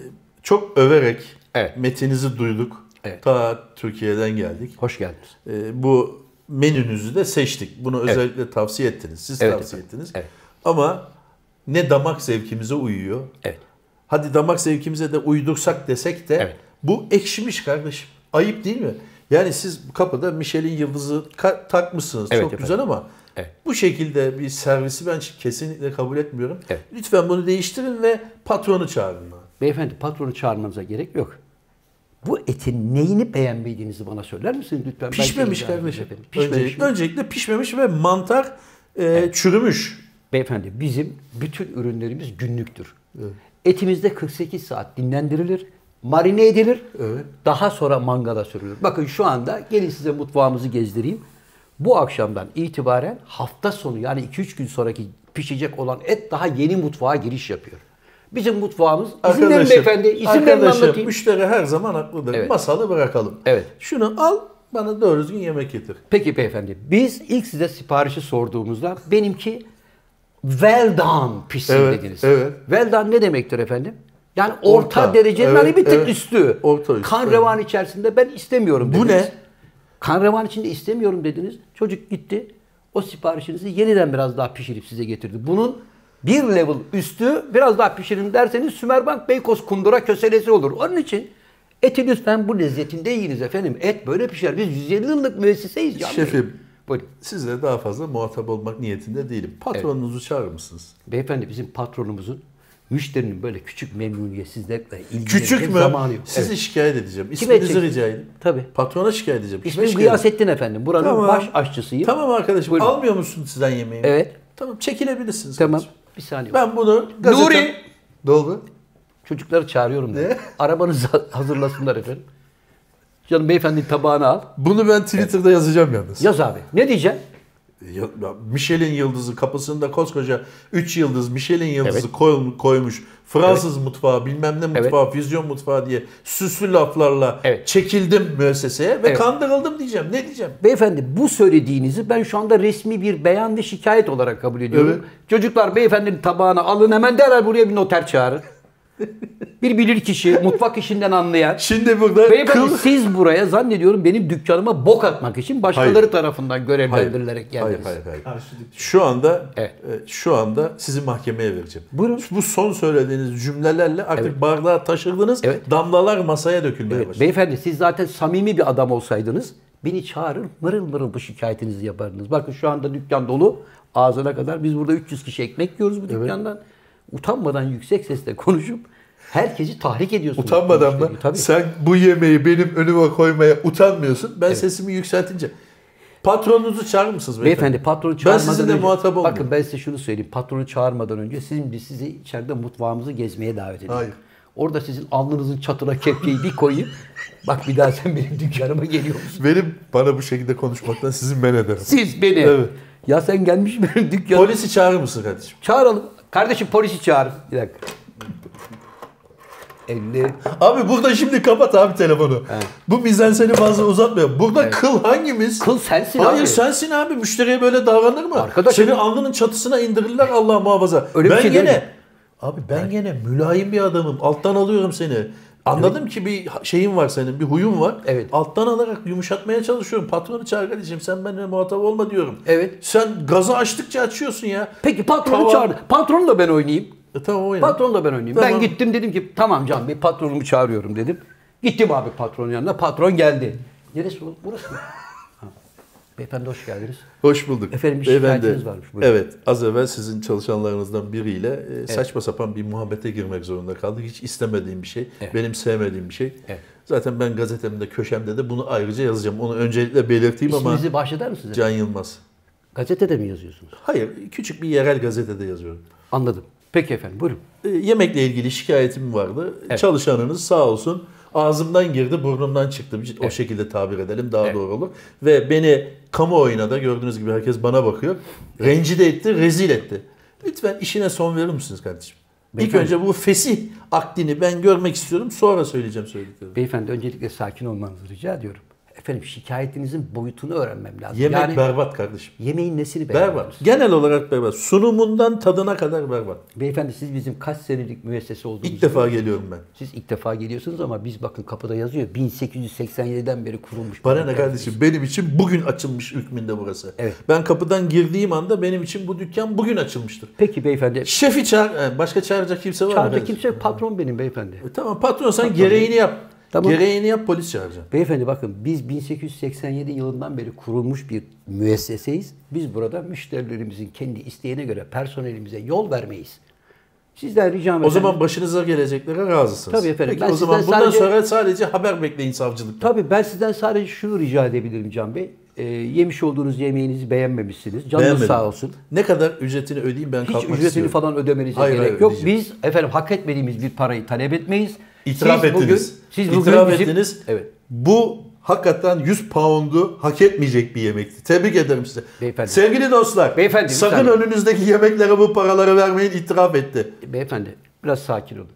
[SPEAKER 2] çok överek
[SPEAKER 1] Evet.
[SPEAKER 2] metinizi duyduk.
[SPEAKER 1] Evet.
[SPEAKER 2] Ta Türkiye'den geldik.
[SPEAKER 1] Hoş geldiniz.
[SPEAKER 2] E, bu menünüzü de seçtik. Bunu özellikle tavsiye ettiniz. Siz
[SPEAKER 1] Evet
[SPEAKER 2] tavsiye
[SPEAKER 1] efendim,
[SPEAKER 2] ettiniz.
[SPEAKER 1] evet.
[SPEAKER 2] Ama ne damak zevkimize uyuyor.
[SPEAKER 1] Evet.
[SPEAKER 2] Hadi damak zevkimize de uydursak desek de
[SPEAKER 1] Evet.
[SPEAKER 2] bu ekşimiş kardeşim. Ayıp değil mi? Yani siz kapıda Michelin yıldızı ka- takmışsınız.
[SPEAKER 1] Evet
[SPEAKER 2] Çok
[SPEAKER 1] efendim.
[SPEAKER 2] güzel ama
[SPEAKER 1] Evet.
[SPEAKER 2] bu şekilde bir servisi ben kesinlikle kabul etmiyorum.
[SPEAKER 1] Evet.
[SPEAKER 2] Lütfen bunu değiştirin ve patronu çağırın. bana.
[SPEAKER 1] Beyefendi patronu çağırmanıza gerek yok. Bu etin neyini beğenmediğinizi bana söyler misiniz lütfen? Ben
[SPEAKER 2] Pişmemiş
[SPEAKER 1] kendim
[SPEAKER 2] kardeşim.
[SPEAKER 1] efendim. Pişmemiş.
[SPEAKER 2] Öncelikle, öncelikle pişmemiş ve mantar e, çürümüş.
[SPEAKER 1] Beyefendi bizim bütün ürünlerimiz günlüktür. Etimizde 48 saat dinlendirilir, marine edilir,
[SPEAKER 2] Evet.
[SPEAKER 1] daha sonra mangala sürülür. Bakın şu anda gelin size mutfağımızı gezdireyim. Bu akşamdan itibaren hafta sonu yani 2-3 gün sonraki pişecek olan et daha yeni mutfağa giriş yapıyor. Bizim mutfağımız, izin verin beyefendi, izin verin
[SPEAKER 2] arkadaşım,
[SPEAKER 1] anlatayım.
[SPEAKER 2] müşteri her zaman haklıdır.
[SPEAKER 1] Evet.
[SPEAKER 2] Masalı bırakalım.
[SPEAKER 1] Evet.
[SPEAKER 2] Şunu al, bana doğru düzgün yemek getir.
[SPEAKER 1] Peki beyefendi, biz ilk size siparişi sorduğumuzda benimki well done pişsin
[SPEAKER 2] Evet,
[SPEAKER 1] dediniz.
[SPEAKER 2] evet.
[SPEAKER 1] Well done ne demektir efendim? Yani orta,
[SPEAKER 2] Orta,
[SPEAKER 1] derecenin
[SPEAKER 2] evet,
[SPEAKER 1] hani bir tık
[SPEAKER 2] evet.
[SPEAKER 1] üstü.
[SPEAKER 2] Orta üstü,
[SPEAKER 1] Kan
[SPEAKER 2] evet.
[SPEAKER 1] revan içerisinde ben istemiyorum dediniz.
[SPEAKER 2] Bu ne?
[SPEAKER 1] Kan revan içinde istemiyorum dediniz. Çocuk gitti. O siparişinizi yeniden biraz daha pişirip size getirdi. Bunun bir level üstü biraz daha pişirin derseniz Sümerbank Beykoz kundura köselesi olur. Onun için eti lütfen bu lezzetinde yiyiniz efendim. Et böyle pişer. Biz 150 yıllık müesseseyiz. canım.
[SPEAKER 2] Şefim.
[SPEAKER 1] Buyurun.
[SPEAKER 2] Sizle daha fazla muhatap olmak niyetinde değilim. Patronunuzu çağırır mısınız?
[SPEAKER 1] Beyefendi bizim patronumuzun müşterinin böyle küçük memnuniyetsizlikle ilgili
[SPEAKER 2] Küçük mü?
[SPEAKER 1] zamanı yok.
[SPEAKER 2] Sizi
[SPEAKER 1] Evet.
[SPEAKER 2] şikayet edeceğim.
[SPEAKER 1] Kime
[SPEAKER 2] İsminizi
[SPEAKER 1] edeceksin?
[SPEAKER 2] rica edeyim.
[SPEAKER 1] Tabii.
[SPEAKER 2] Patrona şikayet edeceğim. Kime
[SPEAKER 1] İsmim
[SPEAKER 2] şikayet
[SPEAKER 1] Gıyasettin efendim. Buranın
[SPEAKER 2] şey- Tamam.
[SPEAKER 1] baş aşçısıyım.
[SPEAKER 2] Tamam arkadaşım.
[SPEAKER 1] Buyurun.
[SPEAKER 2] Almıyor musun sizden yemeği?
[SPEAKER 1] Evet.
[SPEAKER 2] Tamam çekilebilirsiniz.
[SPEAKER 1] Tamam.
[SPEAKER 2] kardeşim.
[SPEAKER 1] Bir saniye.
[SPEAKER 2] Ben bunu gazete...
[SPEAKER 1] Nuri!
[SPEAKER 2] Doldu.
[SPEAKER 1] Çocukları çağırıyorum dedim.
[SPEAKER 2] Ne?
[SPEAKER 1] Arabanızı hazırlasınlar efendim. Canım beyefendi tabağını al.
[SPEAKER 2] Bunu ben Twitter'da yazacağım yalnız.
[SPEAKER 1] Yaz abi. Ne diyeceksin?
[SPEAKER 2] Ya- ya Michelin yıldızı kapısında koskoca 3 yıldız Michelin yıldızı
[SPEAKER 1] Evet.
[SPEAKER 2] koy- koymuş. Fransız mutfağı, bilmem ne mutfağı, füzyon mutfağı diye süslü laflarla
[SPEAKER 1] Evet.
[SPEAKER 2] çekildim müesseseye ve
[SPEAKER 1] Evet.
[SPEAKER 2] kandırıldım diyeceğim. Ne diyeceğim?
[SPEAKER 1] Beyefendi bu söylediğinizi ben şu anda resmi bir beyan ve şikayet olarak kabul ediyorum.
[SPEAKER 2] Evet.
[SPEAKER 1] Çocuklar beyefendinin tabağını alın hemen derhal buraya bir noter çağırın. bir bilir kişi, mutfak işinden anlayan.
[SPEAKER 2] Şimdi burada
[SPEAKER 1] Beyefendi
[SPEAKER 2] kıl...
[SPEAKER 1] siz buraya zannediyorum benim dükkanıma bok atmak için başkaları
[SPEAKER 2] Hayır.
[SPEAKER 1] tarafından görevlendirilerek geldiniz.
[SPEAKER 2] Hayır, hayır, hayır.
[SPEAKER 3] Karşılık.
[SPEAKER 2] Şu anda
[SPEAKER 1] Evet.
[SPEAKER 2] e, şu anda sizi mahkemeye vereceğim.
[SPEAKER 1] Buyurun.
[SPEAKER 2] Bu son söylediğiniz cümlelerle artık bardağa taşırdınız.
[SPEAKER 1] Evet.
[SPEAKER 2] Damlalar masaya dökülmeye
[SPEAKER 1] Evet,
[SPEAKER 2] başladı.
[SPEAKER 1] beyefendi siz zaten samimi bir adam olsaydınız Beni çağırır mırıl mırıl bu şikayetinizi yapardınız. Bakın şu anda dükkan dolu ağzına kadar. Biz burada 300 kişi ekmek yiyoruz bu dükkandan. Utanmadan yüksek sesle konuşup herkesi tahrik ediyorsunuz.
[SPEAKER 2] Utanmadan mı?
[SPEAKER 1] Müşteriyi, Tabii.
[SPEAKER 2] Sen bu yemeği benim önüme koymaya utanmıyorsun. Ben sesimi yükseltince. Patronunuzu çağırır mısınız
[SPEAKER 1] Beyefendi patronu çağırmadan
[SPEAKER 2] Ben sizinle
[SPEAKER 1] önce,
[SPEAKER 2] muhatap olmuyorum.
[SPEAKER 1] Bakın ben size şunu söyleyeyim. Patronu çağırmadan önce sizin biz sizi içeride mutfağımızı gezmeye davet ediyorum.
[SPEAKER 2] Hayır.
[SPEAKER 1] Orada sizin alnınızın çatına kepçeyi bir koyayım. Bak bir daha sen benim dükkanıma geliyor musun?
[SPEAKER 2] Benim bana bu şekilde konuşmaktan sizin men ederim.
[SPEAKER 1] Siz beni.
[SPEAKER 2] Evet.
[SPEAKER 1] Ya sen gelmiş benim dükkanıma.
[SPEAKER 2] Polisi çağırır mısın kardeşim?
[SPEAKER 1] Çağıralım. Kardeşim polisi çağır. Bir dakika. 50.
[SPEAKER 2] Abi burada şimdi kapat abi telefonu. Bu mizanseni fazla uzatmıyor. Burada kıl hangimiz?
[SPEAKER 1] Kıl sensin
[SPEAKER 2] Hayır
[SPEAKER 1] abi.
[SPEAKER 2] sensin abi. Müşteriye böyle davranır mı?
[SPEAKER 1] Arkadaş-
[SPEAKER 2] Seni alnının çatısına indirirler Allah muhafaza.
[SPEAKER 1] Öyle bir
[SPEAKER 2] ben
[SPEAKER 1] şey değil mi?
[SPEAKER 2] gene Abi ben gene mülayim bir adamım. Alttan alıyorum seni. Anladım ki bir şeyin var senin, bir huyun var.
[SPEAKER 1] Evet.
[SPEAKER 2] Alttan alarak yumuşatmaya çalışıyorum. Patronu çağır kardeşim sen benimle muhatap olma diyorum.
[SPEAKER 1] Evet.
[SPEAKER 2] Sen gazı açtıkça açıyorsun ya.
[SPEAKER 1] Peki patronu
[SPEAKER 2] Tamam.
[SPEAKER 1] çağırdı. Patronla ben oynayayım.
[SPEAKER 2] E, tamam o yani.
[SPEAKER 1] Patronla ben oynayayım. Ben
[SPEAKER 2] Tamam.
[SPEAKER 1] gittim dedim ki tamam Can Bey patronumu çağırıyorum dedim. Gittim abi patronun yanına. Patron geldi. Neresi bu? Burası mı? Ha. Beyefendi hoş geldiniz.
[SPEAKER 2] Hoş bulduk.
[SPEAKER 1] Efendim, bir
[SPEAKER 2] Beyefendi,
[SPEAKER 1] şikayetiniz varmış. Buyurun.
[SPEAKER 2] Evet. Az evvel sizin çalışanlarınızdan biriyle e, saçma sapan bir muhabbete girmek zorunda kaldık. Hiç istemediğim bir şey.
[SPEAKER 1] Evet.
[SPEAKER 2] Benim sevmediğim bir şey.
[SPEAKER 1] Evet.
[SPEAKER 2] Zaten ben gazetemde, köşemde de bunu ayrıca yazacağım. Onu öncelikle belirteyim ama
[SPEAKER 1] İsminizi bahşeder misiniz?
[SPEAKER 2] Can Yılmaz.
[SPEAKER 1] Gazetede mi yazıyorsunuz?
[SPEAKER 2] Hayır. Küçük bir yerel gazetede yazıyorum.
[SPEAKER 1] Anladım. Peki efendim buyurun.
[SPEAKER 2] E, Yemekle ilgili şikayetim vardı. Çalışanınız sağ olsun ağzımdan girdi burnumdan çıktı. Bir- şey- O şekilde tabir edelim daha
[SPEAKER 1] Evet.
[SPEAKER 2] doğru olur. Ve beni kamuoyuna da gördüğünüz gibi herkes bana bakıyor. Rencide etti, rezil etti. Lütfen işine son verir misiniz kardeşim? İlk
[SPEAKER 1] Beyefendi.
[SPEAKER 2] önce bu fesih aktini ben görmek istiyorum. Sonra söyleyeceğim söylediklerimi.
[SPEAKER 1] Beyefendi öncelikle sakin olmanızı rica ediyorum. Efendim şikayetinizin boyutunu öğrenmem lazım.
[SPEAKER 2] Yemek
[SPEAKER 1] yani
[SPEAKER 2] berbat kardeşim.
[SPEAKER 1] yemeğin nesini
[SPEAKER 2] Berbat.
[SPEAKER 1] beğenmediniz?
[SPEAKER 2] Genel olarak berbat. Sunumundan tadına kadar berbat.
[SPEAKER 1] Beyefendi siz bizim kaç senelik müessese olduğunuzu
[SPEAKER 2] İlk defa geliyorum ben.
[SPEAKER 1] Siz ilk defa geliyorsunuz ama biz bakın kapıda yazıyor 1887'den beri kurulmuş.
[SPEAKER 2] Bana ne kardeşim benim için bugün açılmış hükmünde burası.
[SPEAKER 1] Evet.
[SPEAKER 2] Ben kapıdan girdiğim anda benim için bu dükkan bugün açılmıştır.
[SPEAKER 1] Peki beyefendi.
[SPEAKER 2] Şefi çağır, e, başka çağıracak kimse var mı?
[SPEAKER 1] Çağırda
[SPEAKER 2] kardeşim?
[SPEAKER 1] kimse yok, patron benim beyefendi.
[SPEAKER 2] E, Tamam patron sen gereğini yap.
[SPEAKER 1] Tamam.
[SPEAKER 2] Gereğini yap polis çağıracağım.
[SPEAKER 1] Beyefendi bakın biz 1887 yılından beri kurulmuş bir müesseseyiz. Biz burada müşterilerimizin kendi isteğine göre personelimize yol vermeyiz. Sizden ricam
[SPEAKER 2] O zaman başınıza geleceklere razısınız.
[SPEAKER 1] Tabii efendim.
[SPEAKER 2] Peki
[SPEAKER 1] Ben
[SPEAKER 2] o zaman
[SPEAKER 1] sizden
[SPEAKER 2] bundan
[SPEAKER 1] sadece-
[SPEAKER 2] sonra sadece haber bekleyin savcılıkta.
[SPEAKER 1] Tabii ben sizden sadece şunu rica edebilirim Can Bey. Ee, yemiş olduğunuz yemeğinizi beğenmemişsiniz. Canınız
[SPEAKER 2] Beğenmedim.
[SPEAKER 1] sağ olsun.
[SPEAKER 2] Ne kadar ücretini ödeyeyim ben
[SPEAKER 1] Hiç
[SPEAKER 2] kalkmak
[SPEAKER 1] ücretini
[SPEAKER 2] istiyorum.
[SPEAKER 1] falan ödemenize
[SPEAKER 2] Hayır,
[SPEAKER 1] gerek
[SPEAKER 2] hayır,
[SPEAKER 1] yok.
[SPEAKER 2] ödeyeceğim.
[SPEAKER 1] Biz efendim hak etmediğimiz bir parayı talep etmeyiz.
[SPEAKER 2] İtiraf
[SPEAKER 1] siz
[SPEAKER 2] ettiniz.
[SPEAKER 1] Bugün, siz bugün
[SPEAKER 2] İtiraf
[SPEAKER 1] bizim-
[SPEAKER 2] ettiniz.
[SPEAKER 1] Evet.
[SPEAKER 2] Bu hakikaten 100 pound'u hak etmeyecek bir yemekti. Tebrik ederim size.
[SPEAKER 1] Beyefendi.
[SPEAKER 2] Sevgili dostlar.
[SPEAKER 1] Beyefendi,
[SPEAKER 2] Sakın
[SPEAKER 1] lütfen.
[SPEAKER 2] önünüzdeki yemeklere bu paraları vermeyin. İtiraf etti.
[SPEAKER 1] Beyefendi biraz sakin olun.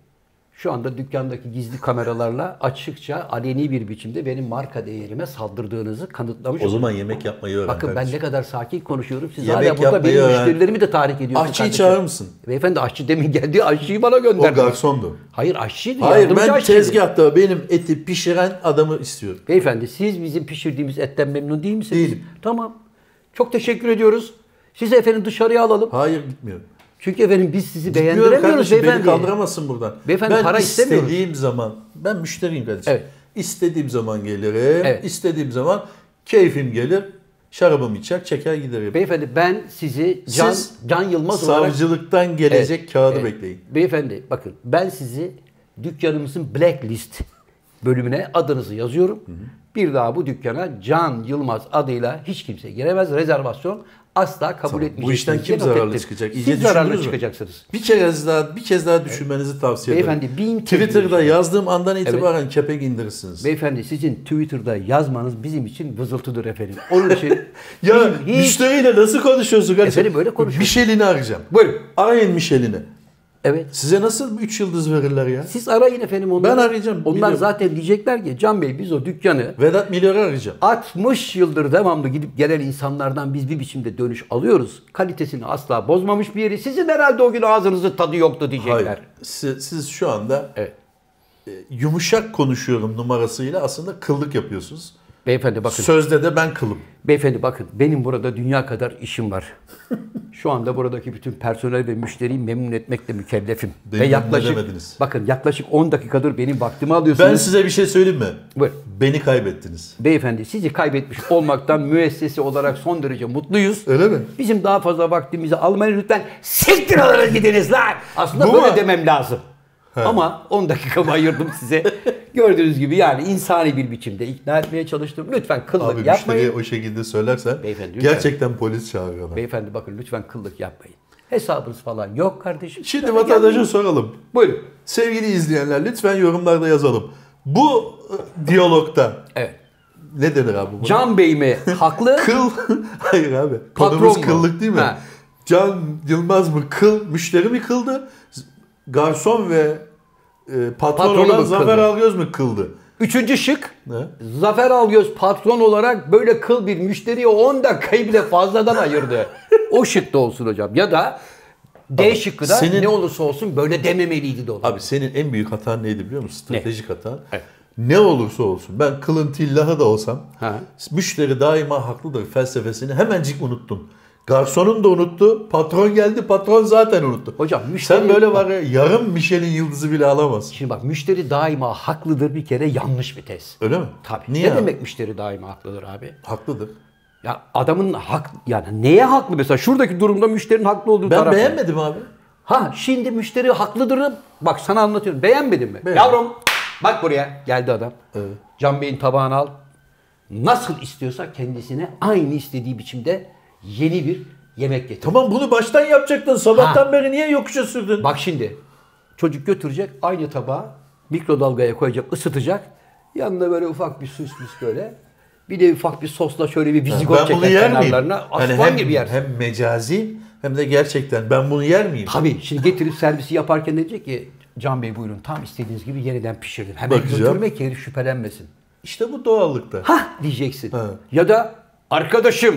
[SPEAKER 1] Şu anda dükkandaki gizli kameralarla açıkça aleni bir biçimde benim marka değerime saldırdığınızı kanıtlamış
[SPEAKER 2] O
[SPEAKER 1] olun.
[SPEAKER 2] zaman yemek yapmayı öğren.
[SPEAKER 1] Bakın ben
[SPEAKER 2] kardeşim.
[SPEAKER 1] ne kadar sakin konuşuyorum. Siz
[SPEAKER 2] Yemek
[SPEAKER 1] hala burada
[SPEAKER 2] yapmayı
[SPEAKER 1] benim
[SPEAKER 2] öğren.
[SPEAKER 1] müşterilerimi de tahrik ediyorsunuz.
[SPEAKER 2] Aşçıyı
[SPEAKER 1] kardeşim.
[SPEAKER 2] çağırır mısın?
[SPEAKER 1] Beyefendi aşçı demin geldi. Aşçıyı bana
[SPEAKER 2] O
[SPEAKER 1] gönderdi.
[SPEAKER 2] garsondu.
[SPEAKER 1] Hayır aşçıydı.
[SPEAKER 2] Hayır
[SPEAKER 1] yardımcı
[SPEAKER 2] ben
[SPEAKER 1] aşçıydı.
[SPEAKER 2] tezgahta benim eti pişiren adamı istiyorum.
[SPEAKER 1] Beyefendi siz bizim pişirdiğimiz etten memnun değil misiniz?
[SPEAKER 2] Değilim.
[SPEAKER 1] Tamam. Çok teşekkür ediyoruz. Sizi efendim dışarıya alalım.
[SPEAKER 2] Hayır gitmiyor.
[SPEAKER 1] Çünkü efendim biz sizi
[SPEAKER 2] Gitmiyorum
[SPEAKER 1] beğendiremiyoruz
[SPEAKER 2] kardeşim beni
[SPEAKER 1] beyefendi.
[SPEAKER 2] kaldıramazsın buradan.
[SPEAKER 1] Beyefendi,
[SPEAKER 2] ben
[SPEAKER 1] para istemiyoruz.
[SPEAKER 2] istediğim zaman ben müşteriyim kardeşim.
[SPEAKER 1] Evet.
[SPEAKER 2] İstediğim zaman gelirim.
[SPEAKER 1] Evet.
[SPEAKER 2] İstediğim zaman keyfim gelir. Şarabımı içer çeker giderim.
[SPEAKER 1] Beyefendi ben sizi Can,
[SPEAKER 2] Siz
[SPEAKER 1] Can Yılmaz olarak...
[SPEAKER 2] Savcılıktan gelecek
[SPEAKER 1] Evet,
[SPEAKER 2] kağıdı
[SPEAKER 1] evet.
[SPEAKER 2] bekleyin.
[SPEAKER 1] Beyefendi bakın ben sizi dükkanımızın blacklist bölümüne adınızı yazıyorum. Bir daha bu dükkana Can Yılmaz adıyla hiç kimse giremez. Rezervasyon asla kabul
[SPEAKER 2] Tamam,
[SPEAKER 1] etmeyecek.
[SPEAKER 2] bu işten kim zararlı çıkacak? İyice
[SPEAKER 1] Siz zararlı
[SPEAKER 2] düşündünüz mü? Şey,
[SPEAKER 1] çıkacaksınız.
[SPEAKER 2] Bir kez daha bir kez daha düşünmenizi tavsiye ederim.
[SPEAKER 1] Beyefendi, bin kez
[SPEAKER 2] Twitter'da
[SPEAKER 1] düşünün.
[SPEAKER 2] yazdığım andan itibaren kepek indirirsiniz.
[SPEAKER 1] Beyefendi sizin Twitter'da yazmanız bizim için vızıltıdır efendim. Onun için
[SPEAKER 2] ya
[SPEAKER 1] bizim hiç...
[SPEAKER 2] müşteriyle nasıl konuşuyorsun kardeşim?
[SPEAKER 1] Efendim, öyle konuşuyorum.
[SPEAKER 2] Michellin'i arayacağım.
[SPEAKER 1] Buyurun.
[SPEAKER 2] Arayın Michellin'i.
[SPEAKER 1] Evet.
[SPEAKER 2] Size nasıl 3 yıldız verirler ya?
[SPEAKER 1] Siz arayın efendim onları.
[SPEAKER 2] Ben arayacağım,
[SPEAKER 1] Onlar
[SPEAKER 2] biliyorum.
[SPEAKER 1] zaten diyecekler ki Can Bey biz o dükkanı
[SPEAKER 2] Vedat Milor'u arayacağım.
[SPEAKER 1] 60 yıldır devamlı gidip gelen insanlardan biz bir biçimde dönüş alıyoruz. Kalitesini asla bozmamış bir yeri. Sizin herhalde o gün ağzınızın tadı yoktu diyecekler.
[SPEAKER 2] Hayır. Siz, siz şu anda
[SPEAKER 1] Evet.
[SPEAKER 2] e, yumuşak konuşuyorum numarasıyla aslında kıllık yapıyorsunuz.
[SPEAKER 1] Beyefendi bakın.
[SPEAKER 2] Sözde de ben kılım.
[SPEAKER 1] Beyefendi bakın benim burada dünya kadar işim var. Şu anda buradaki bütün personel ve müşteriyi memnun etmekle mükellefim.
[SPEAKER 2] Beni
[SPEAKER 1] ve
[SPEAKER 2] memnun
[SPEAKER 1] yaklaşık
[SPEAKER 2] edemediniz.
[SPEAKER 1] bakın yaklaşık 10 dakikadır benim vaktimi alıyorsunuz.
[SPEAKER 2] Ben size bir şey söyleyeyim mi?
[SPEAKER 1] Buyur.
[SPEAKER 2] Beni kaybettiniz.
[SPEAKER 1] Beyefendi sizi kaybetmiş olmaktan müessesi olarak son derece mutluyuz.
[SPEAKER 2] Öyle mi?
[SPEAKER 1] Bizim daha fazla vaktimizi almayın lütfen. Siktir alana gidiniz lan. Aslında
[SPEAKER 2] Bu
[SPEAKER 1] böyle
[SPEAKER 2] mu?
[SPEAKER 1] demem lazım. Ama 10 dakikamı ayırdım size. Gördüğünüz gibi yani insani bir biçimde ikna etmeye çalıştım. Lütfen kıllık
[SPEAKER 2] Abi
[SPEAKER 1] yapmayın.
[SPEAKER 2] müşteriye o şekilde söylersen
[SPEAKER 1] Beyefendi, lütfen.
[SPEAKER 2] gerçekten polis çağırıyorlar.
[SPEAKER 1] Beyefendi bakın lütfen kıllık yapmayın. Hesabınız falan yok kardeşim.
[SPEAKER 2] Şimdi vatandaşa soralım.
[SPEAKER 1] Buyurun.
[SPEAKER 2] Sevgili izleyenler lütfen yorumlarda yazalım. Bu e, diyalogta
[SPEAKER 1] Evet.
[SPEAKER 2] ne denir abi? buna?
[SPEAKER 1] Can Bey mi haklı?
[SPEAKER 2] Kıl. Hayır abi.
[SPEAKER 1] Patron
[SPEAKER 2] Konumuz
[SPEAKER 1] mu?
[SPEAKER 2] kıllık değil mi?
[SPEAKER 1] Ha.
[SPEAKER 2] Can Yılmaz mı kıl? Müşteri mi kıldı? Garson ve e, patron
[SPEAKER 1] Patronu
[SPEAKER 2] olan
[SPEAKER 1] mu
[SPEAKER 2] Zafer
[SPEAKER 1] kıldı?
[SPEAKER 2] Algöz mü kıldı?
[SPEAKER 1] Üçüncü şık.
[SPEAKER 2] Ne?
[SPEAKER 1] Zafer Algöz patron olarak böyle kıl bir müşteriye 10 dakikayı bile fazladan ayırdı. o şık da olsun hocam. Ya da D şıkkı da
[SPEAKER 2] senin-
[SPEAKER 1] ne olursa olsun böyle dememeliydi de olur.
[SPEAKER 2] Abi senin en büyük hatan neydi biliyor musun?
[SPEAKER 1] Ne?
[SPEAKER 2] Stratejik hatan.
[SPEAKER 1] Evet.
[SPEAKER 2] Ne olursa olsun ben kılın tillahı da olsam
[SPEAKER 1] Ha.
[SPEAKER 2] müşteri daima haklıdır felsefesini hemencik unuttun. Garsonun da unuttu. Patron geldi. Patron zaten unuttu.
[SPEAKER 1] Hocam
[SPEAKER 2] Sen
[SPEAKER 1] müşteri-
[SPEAKER 2] böyle var ya yarım Michelin yıldızı bile alamazsın.
[SPEAKER 1] Şimdi bak müşteri daima haklıdır bir kere yanlış bir tez.
[SPEAKER 2] Öyle mi?
[SPEAKER 1] Tabii.
[SPEAKER 2] Niye?
[SPEAKER 1] ne
[SPEAKER 2] abi?
[SPEAKER 1] demek müşteri daima haklıdır abi?
[SPEAKER 2] Haklıdır.
[SPEAKER 1] Ya adamın hak yani neye haklı mesela şuradaki durumda müşterinin haklı olduğu
[SPEAKER 2] Ben
[SPEAKER 1] taraf. ne?
[SPEAKER 2] beğenmedim abi.
[SPEAKER 1] Ha şimdi müşteri haklıdır. Bak sana anlatıyorum. Beğenmedin mi?
[SPEAKER 2] Beğendim.
[SPEAKER 1] Yavrum bak buraya. Geldi adam. Can Bey'in tabağını al. Nasıl istiyorsa kendisine aynı istediği biçimde yeni bir yemek getir.
[SPEAKER 2] Tamam bunu baştan yapacaktın. Sabahtan
[SPEAKER 1] Ha.
[SPEAKER 2] beri niye yokuşa sürdün?
[SPEAKER 1] Bak şimdi çocuk götürecek aynı tabağı mikrodalgaya koyacak, ısıtacak. Yanına böyle ufak bir süs müs böyle. Bir de ufak bir sosla şöyle bir vizigot
[SPEAKER 2] ben
[SPEAKER 1] çeker
[SPEAKER 2] bunu yer miyim?
[SPEAKER 1] kenarlarına.
[SPEAKER 2] Hani
[SPEAKER 1] Aslan
[SPEAKER 2] hem,
[SPEAKER 1] gibi yersin.
[SPEAKER 2] hem mecazi hem de gerçekten ben bunu yer miyim?
[SPEAKER 1] Tabii şimdi getirip servisi yaparken diyecek ki Can Bey buyurun tam istediğiniz gibi yeniden pişirdim. Hemen
[SPEAKER 2] Bakacağım.
[SPEAKER 1] götürme ki herif şüphelenmesin.
[SPEAKER 2] İşte bu doğallıkta.
[SPEAKER 1] Hah diyeceksin.
[SPEAKER 2] Ha.
[SPEAKER 1] Ya da arkadaşım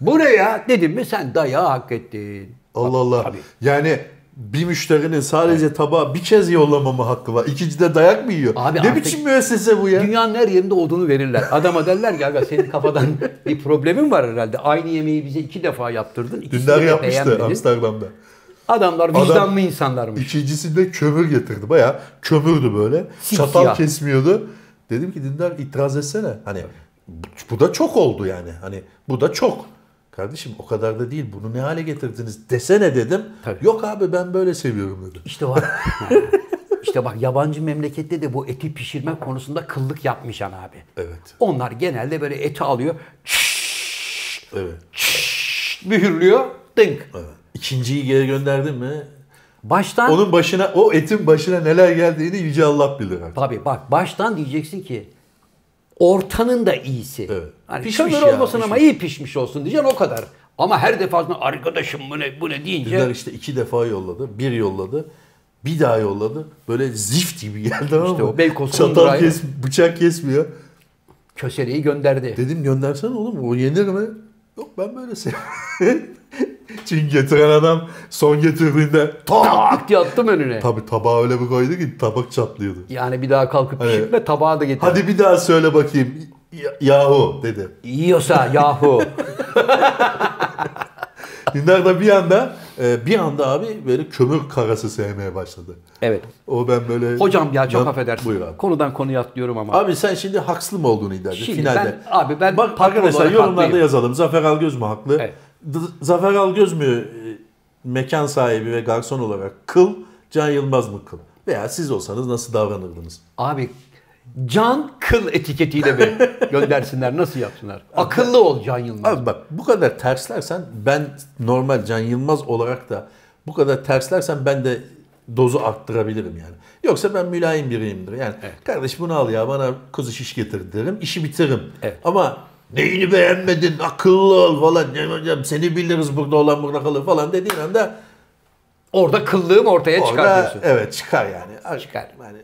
[SPEAKER 1] bu ne ya dedim mi sen dayağı hak ettin.
[SPEAKER 2] Allah Allah.
[SPEAKER 1] Tabii.
[SPEAKER 2] Yani bir müşterinin sadece tabağa bir kez yollamama hakkı var. İkincide dayak mı yiyor?
[SPEAKER 1] Abi
[SPEAKER 2] ne
[SPEAKER 1] artık-
[SPEAKER 2] biçim müessese bu ya?
[SPEAKER 1] Dünyanın her yerinde odunu verirler. Adama derler ki aga senin kafadan bir problemin var herhalde. Aynı yemeği bize iki defa yaptırdın. İkisini
[SPEAKER 2] Dündar
[SPEAKER 1] de
[SPEAKER 2] yapmıştı
[SPEAKER 1] beğenmedin."
[SPEAKER 2] Amsterdam'da.
[SPEAKER 1] Adamlar
[SPEAKER 2] Adam-
[SPEAKER 1] vicdanlı insanlarmış.
[SPEAKER 2] İkincisinde kömür getirdi. Bayağı kömürdü böyle.
[SPEAKER 1] Simsiyah.
[SPEAKER 2] Çatal kesmiyordu. Dedim ki Dündar itiraz etsene. Hani bu, bu da çok oldu yani. Hani bu da çok. Kardeşim o kadar da değil. Bunu ne hale getirdiniz desene dedim.
[SPEAKER 1] Tabii.
[SPEAKER 2] Yok abi ben böyle seviyorum dedi.
[SPEAKER 1] İşte bak. işte bak yabancı memlekette de bu eti pişirme konusunda kıllık yapmışan abi.
[SPEAKER 2] Evet.
[SPEAKER 1] Onlar genelde böyle eti alıyor,
[SPEAKER 2] Evet.
[SPEAKER 1] mühürlüyor, dınk.
[SPEAKER 2] evet. İkinciyi geri gönderdin mi
[SPEAKER 1] Baştan
[SPEAKER 2] Onun başına, o etin başına neler geldiğini Yüce Allah bilir. artık.
[SPEAKER 1] tabii bak baştan diyeceksin ki ortanın da iyisi.
[SPEAKER 2] Evet.
[SPEAKER 1] Hani
[SPEAKER 2] Pişmiş
[SPEAKER 1] kömür
[SPEAKER 2] ya,
[SPEAKER 1] olmasın ama iyi pişmiş olsun diyeceksin o kadar. Ama her defasında arkadaşım bu ne bu ne deyince
[SPEAKER 2] Dündar işte iki defa yolladı, bir yolladı, bir daha yolladı. Böyle zift gibi geldi ama
[SPEAKER 1] İşte o Beykoz
[SPEAKER 2] çatal
[SPEAKER 1] Kundura'yı-
[SPEAKER 2] kes, bıçak kesmiyor.
[SPEAKER 1] köseleyi gönderdi.
[SPEAKER 2] Dedim göndersene oğlum o yenir mi? Yok ben böyle seviyorum. Çünkü getiren adam son getirdiğinde tak!
[SPEAKER 1] Tak diye attım önüne.
[SPEAKER 2] Tabi tabağı öyle bir koydu ki tabak çatlıyordu.
[SPEAKER 1] Yani bir daha kalkıp
[SPEAKER 2] Evet.
[SPEAKER 1] pişirme tabağı da getir.
[SPEAKER 2] Hadi bir daha söyle bakayım. Ya- Yahu dedi.
[SPEAKER 1] Yiyorsa yahu.
[SPEAKER 2] Dündar da bir anda e, bir anda abi böyle kömür karası sevmeye başladı.
[SPEAKER 1] evet.
[SPEAKER 2] O ben böyle...
[SPEAKER 1] Hocam ya çok
[SPEAKER 2] Ben-
[SPEAKER 1] affedersin.
[SPEAKER 2] Buyur abi.
[SPEAKER 1] Konudan konuya atlıyorum ama.
[SPEAKER 2] Abi sen şimdi haksız mı olduğunu iddia ediyorsun
[SPEAKER 1] Şimdi
[SPEAKER 2] finalde?
[SPEAKER 1] ben- abi ben
[SPEAKER 2] Bak
[SPEAKER 1] patron
[SPEAKER 2] arkadaşlar
[SPEAKER 1] olarak
[SPEAKER 2] yorumlarda
[SPEAKER 1] haklıyım.
[SPEAKER 2] yazalım. Zafer Algöz mü haklı?
[SPEAKER 1] Evet.
[SPEAKER 2] D- Zafer Algöz mü e, mekan sahibi ve garson olarak kıl? Can Yılmaz mı kıl? Veya siz olsanız nasıl davranırdınız?
[SPEAKER 1] Abi can kıl etiketiyle mi göndersinler nasıl yapsınlar? Akıllı ol Can Yılmaz.
[SPEAKER 2] Abi bak bu kadar terslersen ben normal Can Yılmaz olarak da bu kadar terslersen ben de dozu arttırabilirim yani. Yoksa ben mülayim biriyimdir. Yani kardeş bunu al ya bana kuzu şiş getir derim. işi bitiririm.
[SPEAKER 1] Evet.
[SPEAKER 2] Ama neyini beğenmedin akıllı ol falan. "Ya hocam seni biliriz burada olan burada kalır falan dediğin anda
[SPEAKER 1] Orada kıllığım ortaya çıkar
[SPEAKER 2] orada
[SPEAKER 1] diyorsun.
[SPEAKER 2] evet çıkar yani.
[SPEAKER 1] Çıkar.
[SPEAKER 2] Yani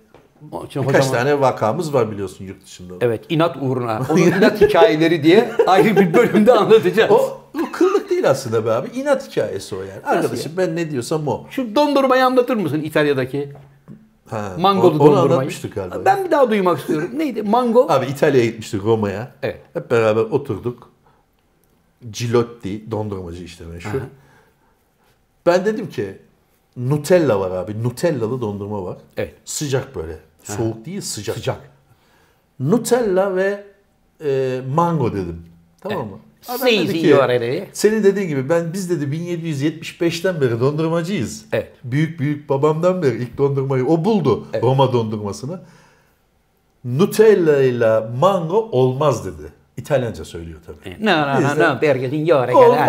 [SPEAKER 1] Onun için
[SPEAKER 2] birkaç
[SPEAKER 1] hocama-
[SPEAKER 2] tane vakamız var biliyorsun yurt dışında.
[SPEAKER 1] Evet inat uğruna. Onun inat hikayeleri diye ayrı bir bölümde anlatacağız.
[SPEAKER 2] O, o kıllık değil aslında be abi. İnat hikayesi o yani. Arkadaşım ben ne diyorsam o.
[SPEAKER 1] Şu dondurmayı anlatır mısın İtalya'daki?
[SPEAKER 2] Ha,
[SPEAKER 1] Mangolu
[SPEAKER 2] o- onu
[SPEAKER 1] dondurmayı.
[SPEAKER 2] anlatmıştık galiba.
[SPEAKER 1] Ben bir daha duymak istiyorum. Neydi? Mango.
[SPEAKER 2] Abi İtalya'ya gitmiştik Roma'ya.
[SPEAKER 1] Evet.
[SPEAKER 2] Hep beraber oturduk. Cilotti dondurmacı işte meşhur. Ben dedim ki Nutella var abi. Nutellalı dondurma var.
[SPEAKER 1] Evet.
[SPEAKER 2] Sıcak böyle. Soğuk değil sıcak.
[SPEAKER 1] Sıcak.
[SPEAKER 2] Nutella ve e, mango dedim. Tamam mı? Adam dedi
[SPEAKER 1] Sneezy
[SPEAKER 2] ki,
[SPEAKER 1] you are ready.
[SPEAKER 2] Senin dediğin gibi ben biz dedi 1775'ten beri dondurmacıyız.
[SPEAKER 1] Evet.
[SPEAKER 2] Büyük büyük babamdan beri ilk dondurmayı o buldu Roma dondurmasını. Nutella ile mango olmaz dedi. İtalyanca söylüyor tabii.
[SPEAKER 1] No, no,
[SPEAKER 2] Biz de-
[SPEAKER 1] no, no. Bergen'in yara
[SPEAKER 2] Olmaz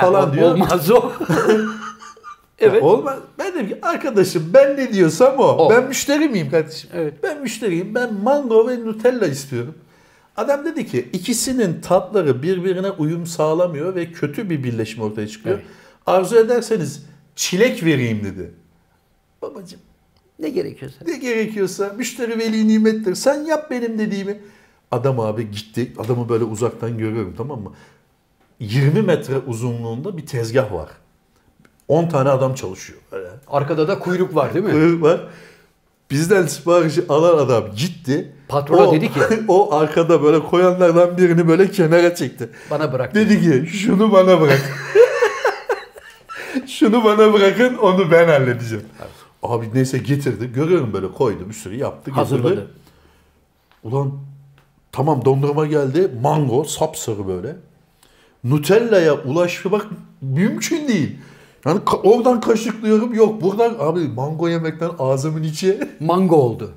[SPEAKER 2] falan diyor.
[SPEAKER 1] Olmaz o. evet.
[SPEAKER 2] Olmaz. Ben dedim ki arkadaşım ben ne diyorsam o.
[SPEAKER 1] O.
[SPEAKER 2] Ben müşteri miyim kardeşim?
[SPEAKER 1] Evet.
[SPEAKER 2] Ben müşteriyim. Ben mango ve Nutella istiyorum. Adam dedi ki ikisinin tatları birbirine uyum sağlamıyor ve kötü bir birleşim ortaya çıkıyor.
[SPEAKER 1] Evet.
[SPEAKER 2] Arzu ederseniz çilek vereyim dedi. Babacım
[SPEAKER 1] Ne gerekiyorsa.
[SPEAKER 2] ne gerekiyorsa müşteri veli nimettir. Sen yap benim dediğimi. Adam abi gitti. Adamı böyle uzaktan görüyorum tamam mı? 20 metre uzunluğunda bir tezgah var. 10 tane adam çalışıyor. Böyle.
[SPEAKER 1] Arkada da kuyruk var değil mi?
[SPEAKER 2] Kuyruk var. Bizden siparişi alan adam gitti.
[SPEAKER 1] Patrona
[SPEAKER 2] O-
[SPEAKER 1] dedi ki-
[SPEAKER 2] o arkada böyle koyanlardan birini böyle kenara çekti.
[SPEAKER 1] Bana bırak.
[SPEAKER 2] Dedi ki şunu bana bırak. şunu bana bırakın onu ben halledeceğim. Abi neyse getirdi. Görüyorum böyle koydu bir sürü yaptı. getirdi.
[SPEAKER 1] Hazırladı.
[SPEAKER 2] Ulan tamam dondurma geldi. Mango sapsarı böyle. Nutella'ya ulaşmak mümkün değil. Yani ka- oradan kaşıklıyorum yok. Buradan abi mango yemekten ağzımın içi
[SPEAKER 1] Mango oldu.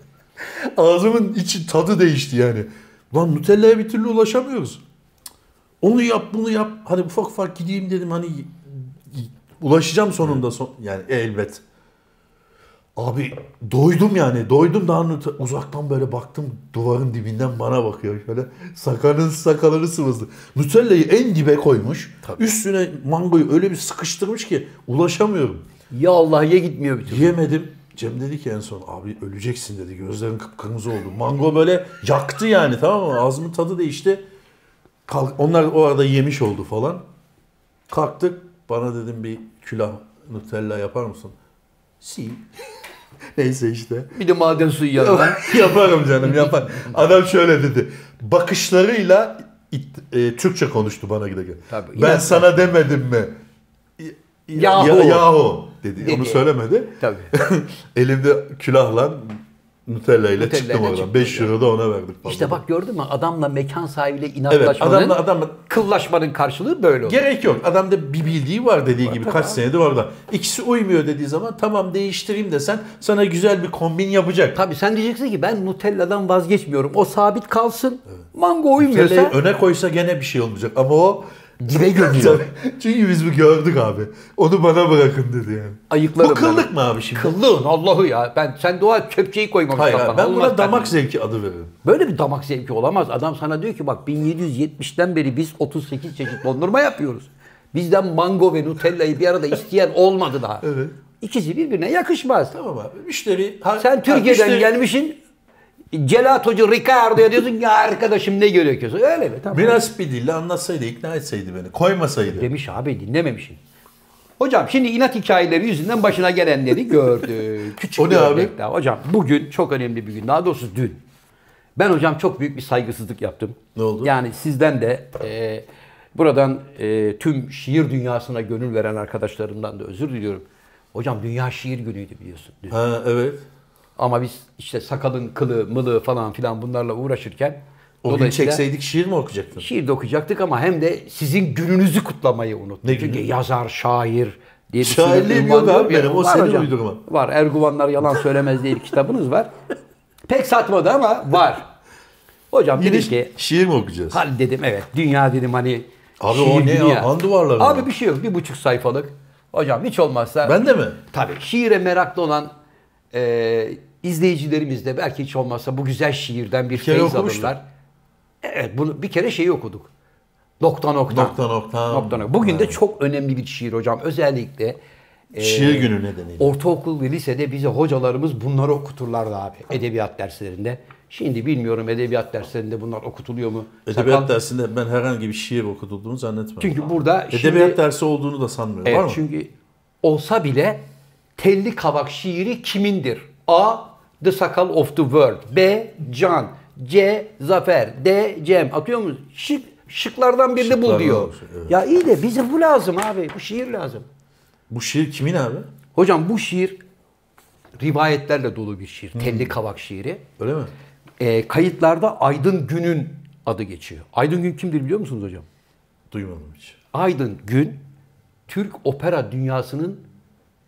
[SPEAKER 2] ağzımın içi tadı değişti yani. Lan Nutella'ya bir türlü ulaşamıyoruz. Cık. Onu yap bunu yap. Hani ufak ufak gideyim dedim hani y- y- ulaşacağım sonunda son yani elbet. Abi doydum yani doydum daha Nute- uzaktan böyle baktım duvarın dibinden bana bakıyor şöyle sakalın sakalını sıvızdı. Nutella'yı en dibe koymuş üstüne mangoyu öyle bir sıkıştırmış ki ulaşamıyorum.
[SPEAKER 1] Ya Allah ya gitmiyor bütün.
[SPEAKER 2] Yiyemedim. Cem dedi ki en son abi öleceksin dedi. Gözlerin kıpkırmızı oldu. Mango böyle yaktı yani tamam mı? Ağzımın tadı değişti. Kalk, onlar o arada yemiş oldu falan. Kalktık. Bana dedim bir külah Nutella yapar mısın? Si. Neyse işte.
[SPEAKER 1] Bir de maden suyu yanına.
[SPEAKER 2] Yaparım canım yapar. Adam şöyle dedi. Bakışlarıyla it- e, Türkçe konuştu bana giderken.
[SPEAKER 1] Tabii,
[SPEAKER 2] ben
[SPEAKER 1] inatla.
[SPEAKER 2] sana demedim mi? Y-
[SPEAKER 1] Yahu.
[SPEAKER 2] Ya- yahu dedi.
[SPEAKER 1] Dedi.
[SPEAKER 2] Onu söylemedi.
[SPEAKER 1] Tabii.
[SPEAKER 2] Elimde külahla Nutella ile
[SPEAKER 1] Nutella
[SPEAKER 2] çıktım
[SPEAKER 1] ile
[SPEAKER 2] oradan.
[SPEAKER 1] çıktım.
[SPEAKER 2] 5 euro da ona verdik. fazla.
[SPEAKER 1] İşte bak gördün mü? Adamla mekan sahibiyle
[SPEAKER 2] Evet
[SPEAKER 1] inatlaşmanın,
[SPEAKER 2] adamla adamla
[SPEAKER 1] kıllaşmanın karşılığı böyle olur.
[SPEAKER 2] gerek yok. Adamda bir bildiği var dediği gibi kaç senedir orada. İkisi uymuyor dediği zaman tamam değiştireyim desen sana güzel bir kombin yapacak.
[SPEAKER 1] Tabii sen diyeceksin ki ben Nutella'dan vazgeçmiyorum. O sabit kalsın. Mango uymuyorsa
[SPEAKER 2] Nutella'yı öne koysa gene bir şey olmayacak ama o
[SPEAKER 1] Dibe gömüyor.
[SPEAKER 2] Tabii. Çünkü biz bu gördük abi. Onu bana bırakın dedi yani.
[SPEAKER 1] Ayıklarım
[SPEAKER 2] Bu kıllık
[SPEAKER 1] ben.
[SPEAKER 2] mı abi şimdi?
[SPEAKER 1] Kıllığın Allah'ı ya. Ben sen dua et, kepçeyi koymamış
[SPEAKER 2] Hayır
[SPEAKER 1] kafana.
[SPEAKER 2] abi, ben
[SPEAKER 1] Allah
[SPEAKER 2] buna damak
[SPEAKER 1] kahretsin.
[SPEAKER 2] zevki adı veririm.
[SPEAKER 1] Böyle bir damak zevki olamaz. Adam sana diyor ki bak 1770'ten beri biz 38 çeşit dondurma yapıyoruz. Bizden mango ve Nutella'yı bir arada isteyen olmadı daha.
[SPEAKER 2] Evet.
[SPEAKER 1] İkisi birbirine yakışmaz.
[SPEAKER 2] Tamam abi. Müşteri... Ha- ha,
[SPEAKER 1] Sen Türkiye'den
[SPEAKER 2] müşteri-
[SPEAKER 1] gelmişsin. Gelatocu Ricardo'ya diyorsun ki "Ya arkadaşım ne gerekiyorsa öyle mi? Tamam.
[SPEAKER 2] Biraz bir dille anlatsaydı, ikna etseydi beni. Koymasaydı.
[SPEAKER 1] Demiş abi dinlememişsin. Hocam şimdi inat hikayeleri yüzünden başına gelenleri gördük. Küçük
[SPEAKER 2] O
[SPEAKER 1] bir
[SPEAKER 2] ne abi?
[SPEAKER 1] örnek daha. Hocam bugün çok önemli bir gün. Daha doğrusu dün. Ben hocam çok büyük bir saygısızlık yaptım.
[SPEAKER 2] Ne oldu?
[SPEAKER 1] Yani sizden de e, buradan e, tüm şiir dünyasına gönül veren arkadaşlarımdan da özür diliyorum. Hocam Dünya Şiir Günü'ydü biliyorsun. Dün.
[SPEAKER 2] Ha evet.
[SPEAKER 1] Ama biz işte sakalın kılı, mılı falan filan bunlarla uğraşırken
[SPEAKER 2] O gün
[SPEAKER 1] dolayısıyla-
[SPEAKER 2] çekseydik şiir mi okuyacaktın?
[SPEAKER 1] şiir de okuyacaktık ama hem de sizin gününüzü kutlamayı unuttuk.
[SPEAKER 2] Ne
[SPEAKER 1] Çünkü
[SPEAKER 2] günü?
[SPEAKER 1] yazar, şair diye bir sürü
[SPEAKER 2] Şairliğim
[SPEAKER 1] ünvan
[SPEAKER 2] yok abi
[SPEAKER 1] ya.
[SPEAKER 2] benim, o
[SPEAKER 1] Var
[SPEAKER 2] senin
[SPEAKER 1] hocam,
[SPEAKER 2] uydurma.
[SPEAKER 1] Var. Erguvanlar Yalan Söylemez diye bir kitabınız var. Pek satmadı ama var. Hocam
[SPEAKER 2] Yine
[SPEAKER 1] dedim ki
[SPEAKER 2] şiir mi okuyacağız?
[SPEAKER 1] hal dedim evet dünya dedim hani
[SPEAKER 2] Abi
[SPEAKER 1] şiir
[SPEAKER 2] o ne ya?
[SPEAKER 1] dünya.
[SPEAKER 2] Han duvarları mı?
[SPEAKER 1] Abi bir şey yok bir buçuk sayfalık. Hocam hiç olmazsa
[SPEAKER 2] Ben de mi?
[SPEAKER 1] Tabii şiire meraklı olan e, izleyicilerimiz de belki hiç olmazsa bu güzel şiirden bir,
[SPEAKER 2] kere
[SPEAKER 1] feyiz
[SPEAKER 2] okumuştum.
[SPEAKER 1] alırlar. Evet bunu bir kere şeyi okuduk. Nokta nokta.
[SPEAKER 2] Nokta nokta.
[SPEAKER 1] Nokta nokta. Bugün de çok önemli bir şiir hocam. Özellikle e,
[SPEAKER 2] Şiir günü nedeniyle.
[SPEAKER 1] ortaokul ve lisede bize hocalarımız bunları okuturlardı abi edebiyat derslerinde. Şimdi bilmiyorum edebiyat derslerinde bunlar okutuluyor mu?
[SPEAKER 2] Edebiyat
[SPEAKER 1] Sakal-
[SPEAKER 2] dersinde ben herhangi bir şiir okutulduğunu zannetmiyorum.
[SPEAKER 1] Çünkü burada
[SPEAKER 2] Edebiyat
[SPEAKER 1] şimdi-
[SPEAKER 2] dersi olduğunu da sanmıyorum.
[SPEAKER 1] Evet,
[SPEAKER 2] Var mı?
[SPEAKER 1] çünkü olsa bile telli kavak şiiri kimindir? A. The Sakal of the World. B. Can. C. Zafer. D. Cem. Atıyor musun? Şık, şıklardan birini bul
[SPEAKER 2] Şıklardan
[SPEAKER 1] diyor.
[SPEAKER 2] olsun, evet.
[SPEAKER 1] Ya iyi de bize bu lazım abi. Bu şiir lazım.
[SPEAKER 2] Bu şiir kimin abi?
[SPEAKER 1] Hocam bu şiir rivayetlerle dolu bir şiir.
[SPEAKER 2] Hmm.
[SPEAKER 1] Telli Kavak şiiri.
[SPEAKER 2] Öyle mi?
[SPEAKER 1] Ee, kayıtlarda Aydın Gün'ün adı geçiyor. Aydın Gün kimdir biliyor musunuz hocam?
[SPEAKER 2] Duymadım hiç.
[SPEAKER 1] Aydın Gün, Türk opera dünyasının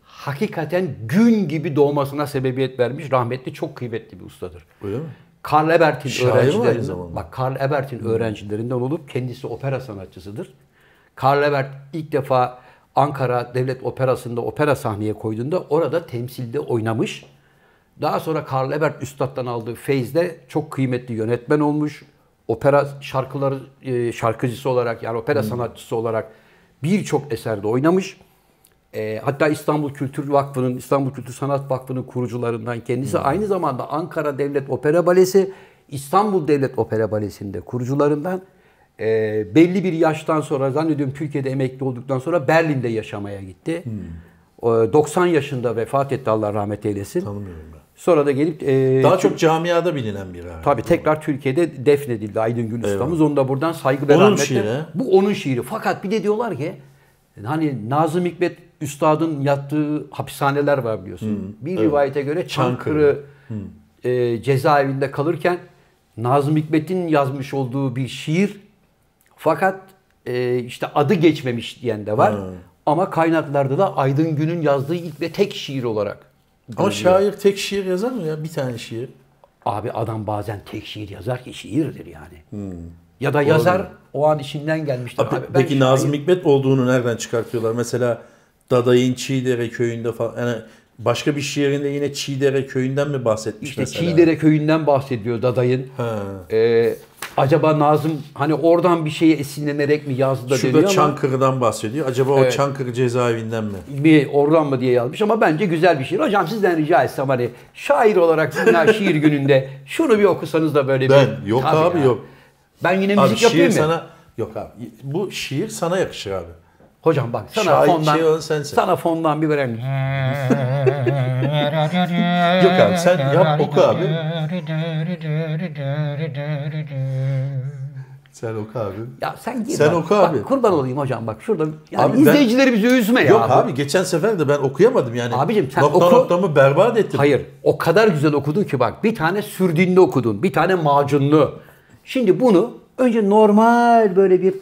[SPEAKER 1] hakikaten gün gibi doğmasına sebebiyet vermiş rahmetli çok kıymetli bir ustadır.
[SPEAKER 2] Öyle mi?
[SPEAKER 1] Karl Ebert'in
[SPEAKER 2] Şair mi aynı
[SPEAKER 1] öğrencilerinden,
[SPEAKER 2] zamanda?
[SPEAKER 1] bak Karl Ebert'in öğrencilerinden olup kendisi opera sanatçısıdır. Karl Ebert ilk defa Ankara Devlet Operası'nda opera sahneye koyduğunda orada temsilde oynamış. Daha sonra Karl Ebert Üstad'dan aldığı feyizle çok kıymetli yönetmen olmuş. Opera şarkıları e, şarkıcısı olarak yani opera sanatçısı olarak birçok eserde oynamış. E, hatta İstanbul Kültür Vakfı'nın, İstanbul Kültür Sanat Vakfı'nın kurucularından kendisi.
[SPEAKER 2] Hmm.
[SPEAKER 1] Aynı zamanda Ankara Devlet Opera Balesi, İstanbul Devlet Opera Balesi'nde kurucularından. E, belli bir yaştan sonra, zannediyorum Türkiye'de emekli olduktan sonra Berlin'de yaşamaya gitti.
[SPEAKER 2] Hmm.
[SPEAKER 1] E, 90 yaşında vefat etti Allah rahmet eylesin.
[SPEAKER 2] Tanımıyorum ben.
[SPEAKER 1] Sonra da gelip... e,
[SPEAKER 2] Daha çok camiada bilinen biri abi.
[SPEAKER 1] Tabii tekrar Türkiye'de defnedildi Aydın Gül ustamız. Onu da buradan saygı ve
[SPEAKER 2] Onun
[SPEAKER 1] rahmetle.
[SPEAKER 2] şiiri.
[SPEAKER 1] Bu onun şiiri. Fakat bir de diyorlar ki hani Nazım Hikmet Üstad'ın yattığı hapishaneler var biliyorsun.
[SPEAKER 2] Hmm,
[SPEAKER 1] bir rivayete göre Çankırı e, cezaevinde kalırken Nazım Hikmet'in yazmış olduğu bir şiir fakat e, işte adı geçmemiş diyen de var. Ama kaynaklarda da Aydın Gün'ün yazdığı ilk ve tek şiir olarak.
[SPEAKER 2] Ama şair tek şiir yazar mı ya? Bir tane şiir.
[SPEAKER 1] Abi adam bazen tek şiir yazar ki şiirdir yani.
[SPEAKER 2] Hmm.
[SPEAKER 1] Ya da yazar o an içinden gelmiştir.
[SPEAKER 2] Abi,
[SPEAKER 1] Abi, ben
[SPEAKER 2] peki
[SPEAKER 1] şair-
[SPEAKER 2] Nazım Hikmet olduğunu nereden çıkartıyorlar? Mesela Daday'ın Çiğdere köyünde falan. Yani başka bir şiirinde yine Çiğdere köyünden mi bahsetmiş
[SPEAKER 1] işte
[SPEAKER 2] mesela?
[SPEAKER 1] Çiğdere köyünden bahsediyor Daday'ın.
[SPEAKER 2] Ha.
[SPEAKER 1] Ee, acaba Nazım hani oradan bir şeye esinlenerek mi yazdı da
[SPEAKER 2] Şurada
[SPEAKER 1] deniyor ama
[SPEAKER 2] Çankırı'dan bahsediyor. Acaba o Çankırı cezaevinden mi?
[SPEAKER 1] mi oradan mı diye yazmış ama bence güzel bir şiir. Hocam sizden rica etsem hani şair olarak Dünya Şiir Günü'nde şunu bir okusanız da böyle
[SPEAKER 2] Ben?
[SPEAKER 1] bir.
[SPEAKER 2] Yok
[SPEAKER 1] Tabii
[SPEAKER 2] abi,
[SPEAKER 1] ya.
[SPEAKER 2] yok.
[SPEAKER 1] Ben yine
[SPEAKER 2] Abi
[SPEAKER 1] müzik yapayım
[SPEAKER 2] şiir
[SPEAKER 1] mı?
[SPEAKER 2] sana... Yok abi. Bu şiir sana yakışır abi.
[SPEAKER 1] Hocam bak sana
[SPEAKER 2] Şair-
[SPEAKER 1] fondan
[SPEAKER 2] şey olan sensin.
[SPEAKER 1] sana fondan bir vereyim.
[SPEAKER 2] Yok abi sen yap oku abi. Sen oku abi.
[SPEAKER 1] Ya sen gir.
[SPEAKER 2] Sen
[SPEAKER 1] bak.
[SPEAKER 2] oku
[SPEAKER 1] Bak
[SPEAKER 2] abi.
[SPEAKER 1] kurban olayım hocam bak şurada. Yani
[SPEAKER 2] Abi ben-
[SPEAKER 1] izleyicilerimizi üzme ya.
[SPEAKER 2] Yok abi. geçen sefer de ben okuyamadım yani.
[SPEAKER 1] Abicim sen
[SPEAKER 2] nokta
[SPEAKER 1] oku.
[SPEAKER 2] noktamı berbat ettin.
[SPEAKER 1] Hayır. O kadar güzel okudun ki bak bir tane sürdüğünlü okudun. Bir tane macunlu. Şimdi bunu önce normal böyle bir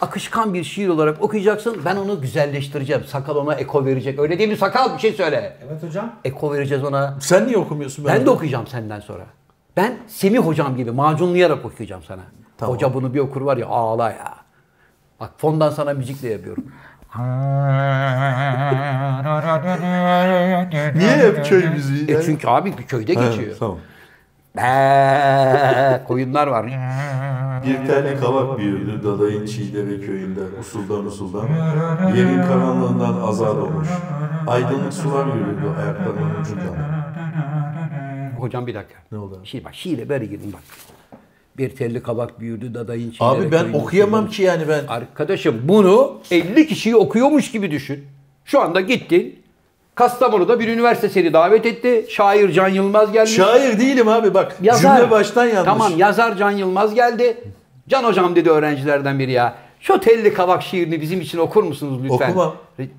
[SPEAKER 1] akışkan bir şiir olarak okuyacaksın. Ben onu güzelleştireceğim. Sakal ona eko verecek. Öyle değil mi sakal? Bir şey söyle.
[SPEAKER 3] Evet hocam.
[SPEAKER 1] Eko vereceğiz ona.
[SPEAKER 2] Sen niye okumuyorsun?
[SPEAKER 1] Ben de okuyacağım senden sonra. Ben Semih hocam gibi macunlayarak okuyacağım sana.
[SPEAKER 2] Tamam.
[SPEAKER 1] Hoca bunu bir okur var ya ağla ya. Bak fondan sana müzikle yapıyorum.
[SPEAKER 2] Niye hep köy müziği?
[SPEAKER 1] E çünkü abi bir köyde
[SPEAKER 2] Ha,
[SPEAKER 1] geçiyor.
[SPEAKER 2] Tamam.
[SPEAKER 1] Be koyunlar var.
[SPEAKER 2] Bir tane kavak büyüdü dadayın Çiğdere köyünde usuldan usuldan. Yerin karanlığından azad olmuş. Aydınlık sular yürüdü ayaklarının ucundan.
[SPEAKER 1] Hocam bir dakika.
[SPEAKER 2] Ne oldu abi?
[SPEAKER 1] Şiir bak şiire böyle girdim bak. Bir telli kabak büyüdü dadayın çiğnere
[SPEAKER 2] Abi ben
[SPEAKER 1] köyünün
[SPEAKER 2] okuyamam
[SPEAKER 1] kuyruğu.
[SPEAKER 2] ki yani ben.
[SPEAKER 1] Arkadaşım bunu 50 kişiyi okuyormuş gibi düşün. Şu anda gittin. Kastamonu'da bir üniversite seni davet etti. Şair Can Yılmaz gelmiş.
[SPEAKER 2] Şair değilim abi bak.
[SPEAKER 1] Yazar.
[SPEAKER 2] Cümle baştan yanlış.
[SPEAKER 1] Tamam yazar Can Yılmaz geldi. Can hocam dedi öğrencilerden biri ya. Şu telli kavak şiirini bizim için okur musunuz lütfen?
[SPEAKER 2] Okumam.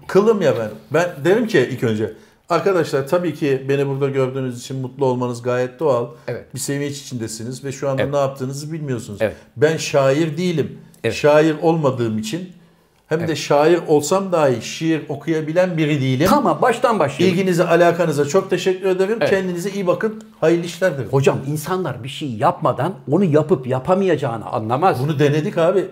[SPEAKER 2] Kılım ya ben. Ben derim ki ilk önce. Arkadaşlar tabii ki beni burada gördüğünüz için mutlu olmanız gayet doğal.
[SPEAKER 1] Evet.
[SPEAKER 2] Bir sevinç içindesiniz ve şu anda
[SPEAKER 1] Evet.
[SPEAKER 2] ne yaptığınızı bilmiyorsunuz.
[SPEAKER 1] Evet.
[SPEAKER 2] Ben şair değilim.
[SPEAKER 1] Evet.
[SPEAKER 2] Şair olmadığım için hem de şair olsam dahi şiir okuyabilen biri değilim.
[SPEAKER 1] Tamam baştan başlayalım.
[SPEAKER 2] İlginize, alakanıza çok teşekkür ederim.
[SPEAKER 1] Evet.
[SPEAKER 2] Kendinize iyi bakın. Hayırlı işler dilerim.
[SPEAKER 1] Hocam insanlar bir şey yapmadan onu yapıp yapamayacağını anlamaz.
[SPEAKER 2] Bunu denedik abi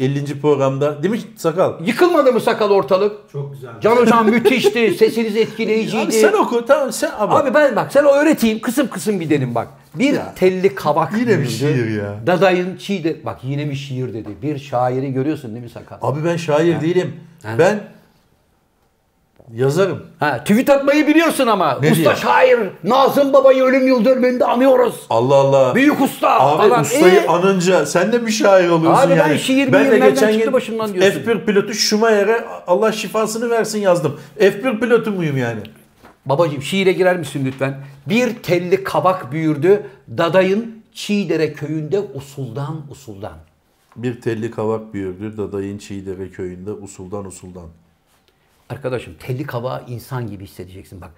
[SPEAKER 2] 50. programda. Değil mi Sakal?
[SPEAKER 1] Yıkılmadı mı sakal ortalık?
[SPEAKER 3] Çok güzel.
[SPEAKER 1] Can hocam müthişti. Sesiniz
[SPEAKER 2] Abi
[SPEAKER 1] etkileyiciydi.
[SPEAKER 2] sen oku. Tamam sen abi.
[SPEAKER 1] Abi ben bak sen o öğreteyim kısım kısım gidelim bak. Bir telli kavak
[SPEAKER 2] Yine bir
[SPEAKER 1] büyüdü.
[SPEAKER 2] şiir ya.
[SPEAKER 1] Dadayın çiğde bak yine bir şiir dedi. Bir şairi görüyorsun değil mi sakal?
[SPEAKER 2] Abi ben şair değilim.
[SPEAKER 1] Ha.
[SPEAKER 2] Ben yazarım.
[SPEAKER 1] Ha, tweet atmayı biliyorsun ama.
[SPEAKER 2] Ne
[SPEAKER 1] usta
[SPEAKER 2] diyor?
[SPEAKER 1] şair Nazım Baba'yı ölüm yıl dönümünde anıyoruz.
[SPEAKER 2] Allah Allah.
[SPEAKER 1] Büyük usta
[SPEAKER 2] Abi
[SPEAKER 1] falan.
[SPEAKER 2] ustayı
[SPEAKER 1] Ee,
[SPEAKER 2] anınca sen de mi şair oluyorsun
[SPEAKER 1] Abi ben
[SPEAKER 2] yani?
[SPEAKER 1] şiir
[SPEAKER 2] ben de
[SPEAKER 1] bilmem nereden
[SPEAKER 2] geçen
[SPEAKER 1] çıktı
[SPEAKER 2] gün
[SPEAKER 1] başımdan diyorsun.
[SPEAKER 2] F1 pilotu Schumacher'e Allah şifasını versin yazdım. F1 pilotu muyum yani?
[SPEAKER 1] Babacığım şiire girer misin lütfen? Bir telli kabak büyürdü dadayın Çiğdere köyünde usuldan usuldan.
[SPEAKER 2] Bir telli kavak büyürdü Dadayın Çiğdere köyünde usuldan usuldan.
[SPEAKER 1] Arkadaşım telli kavağı insan gibi hissedeceksin bak.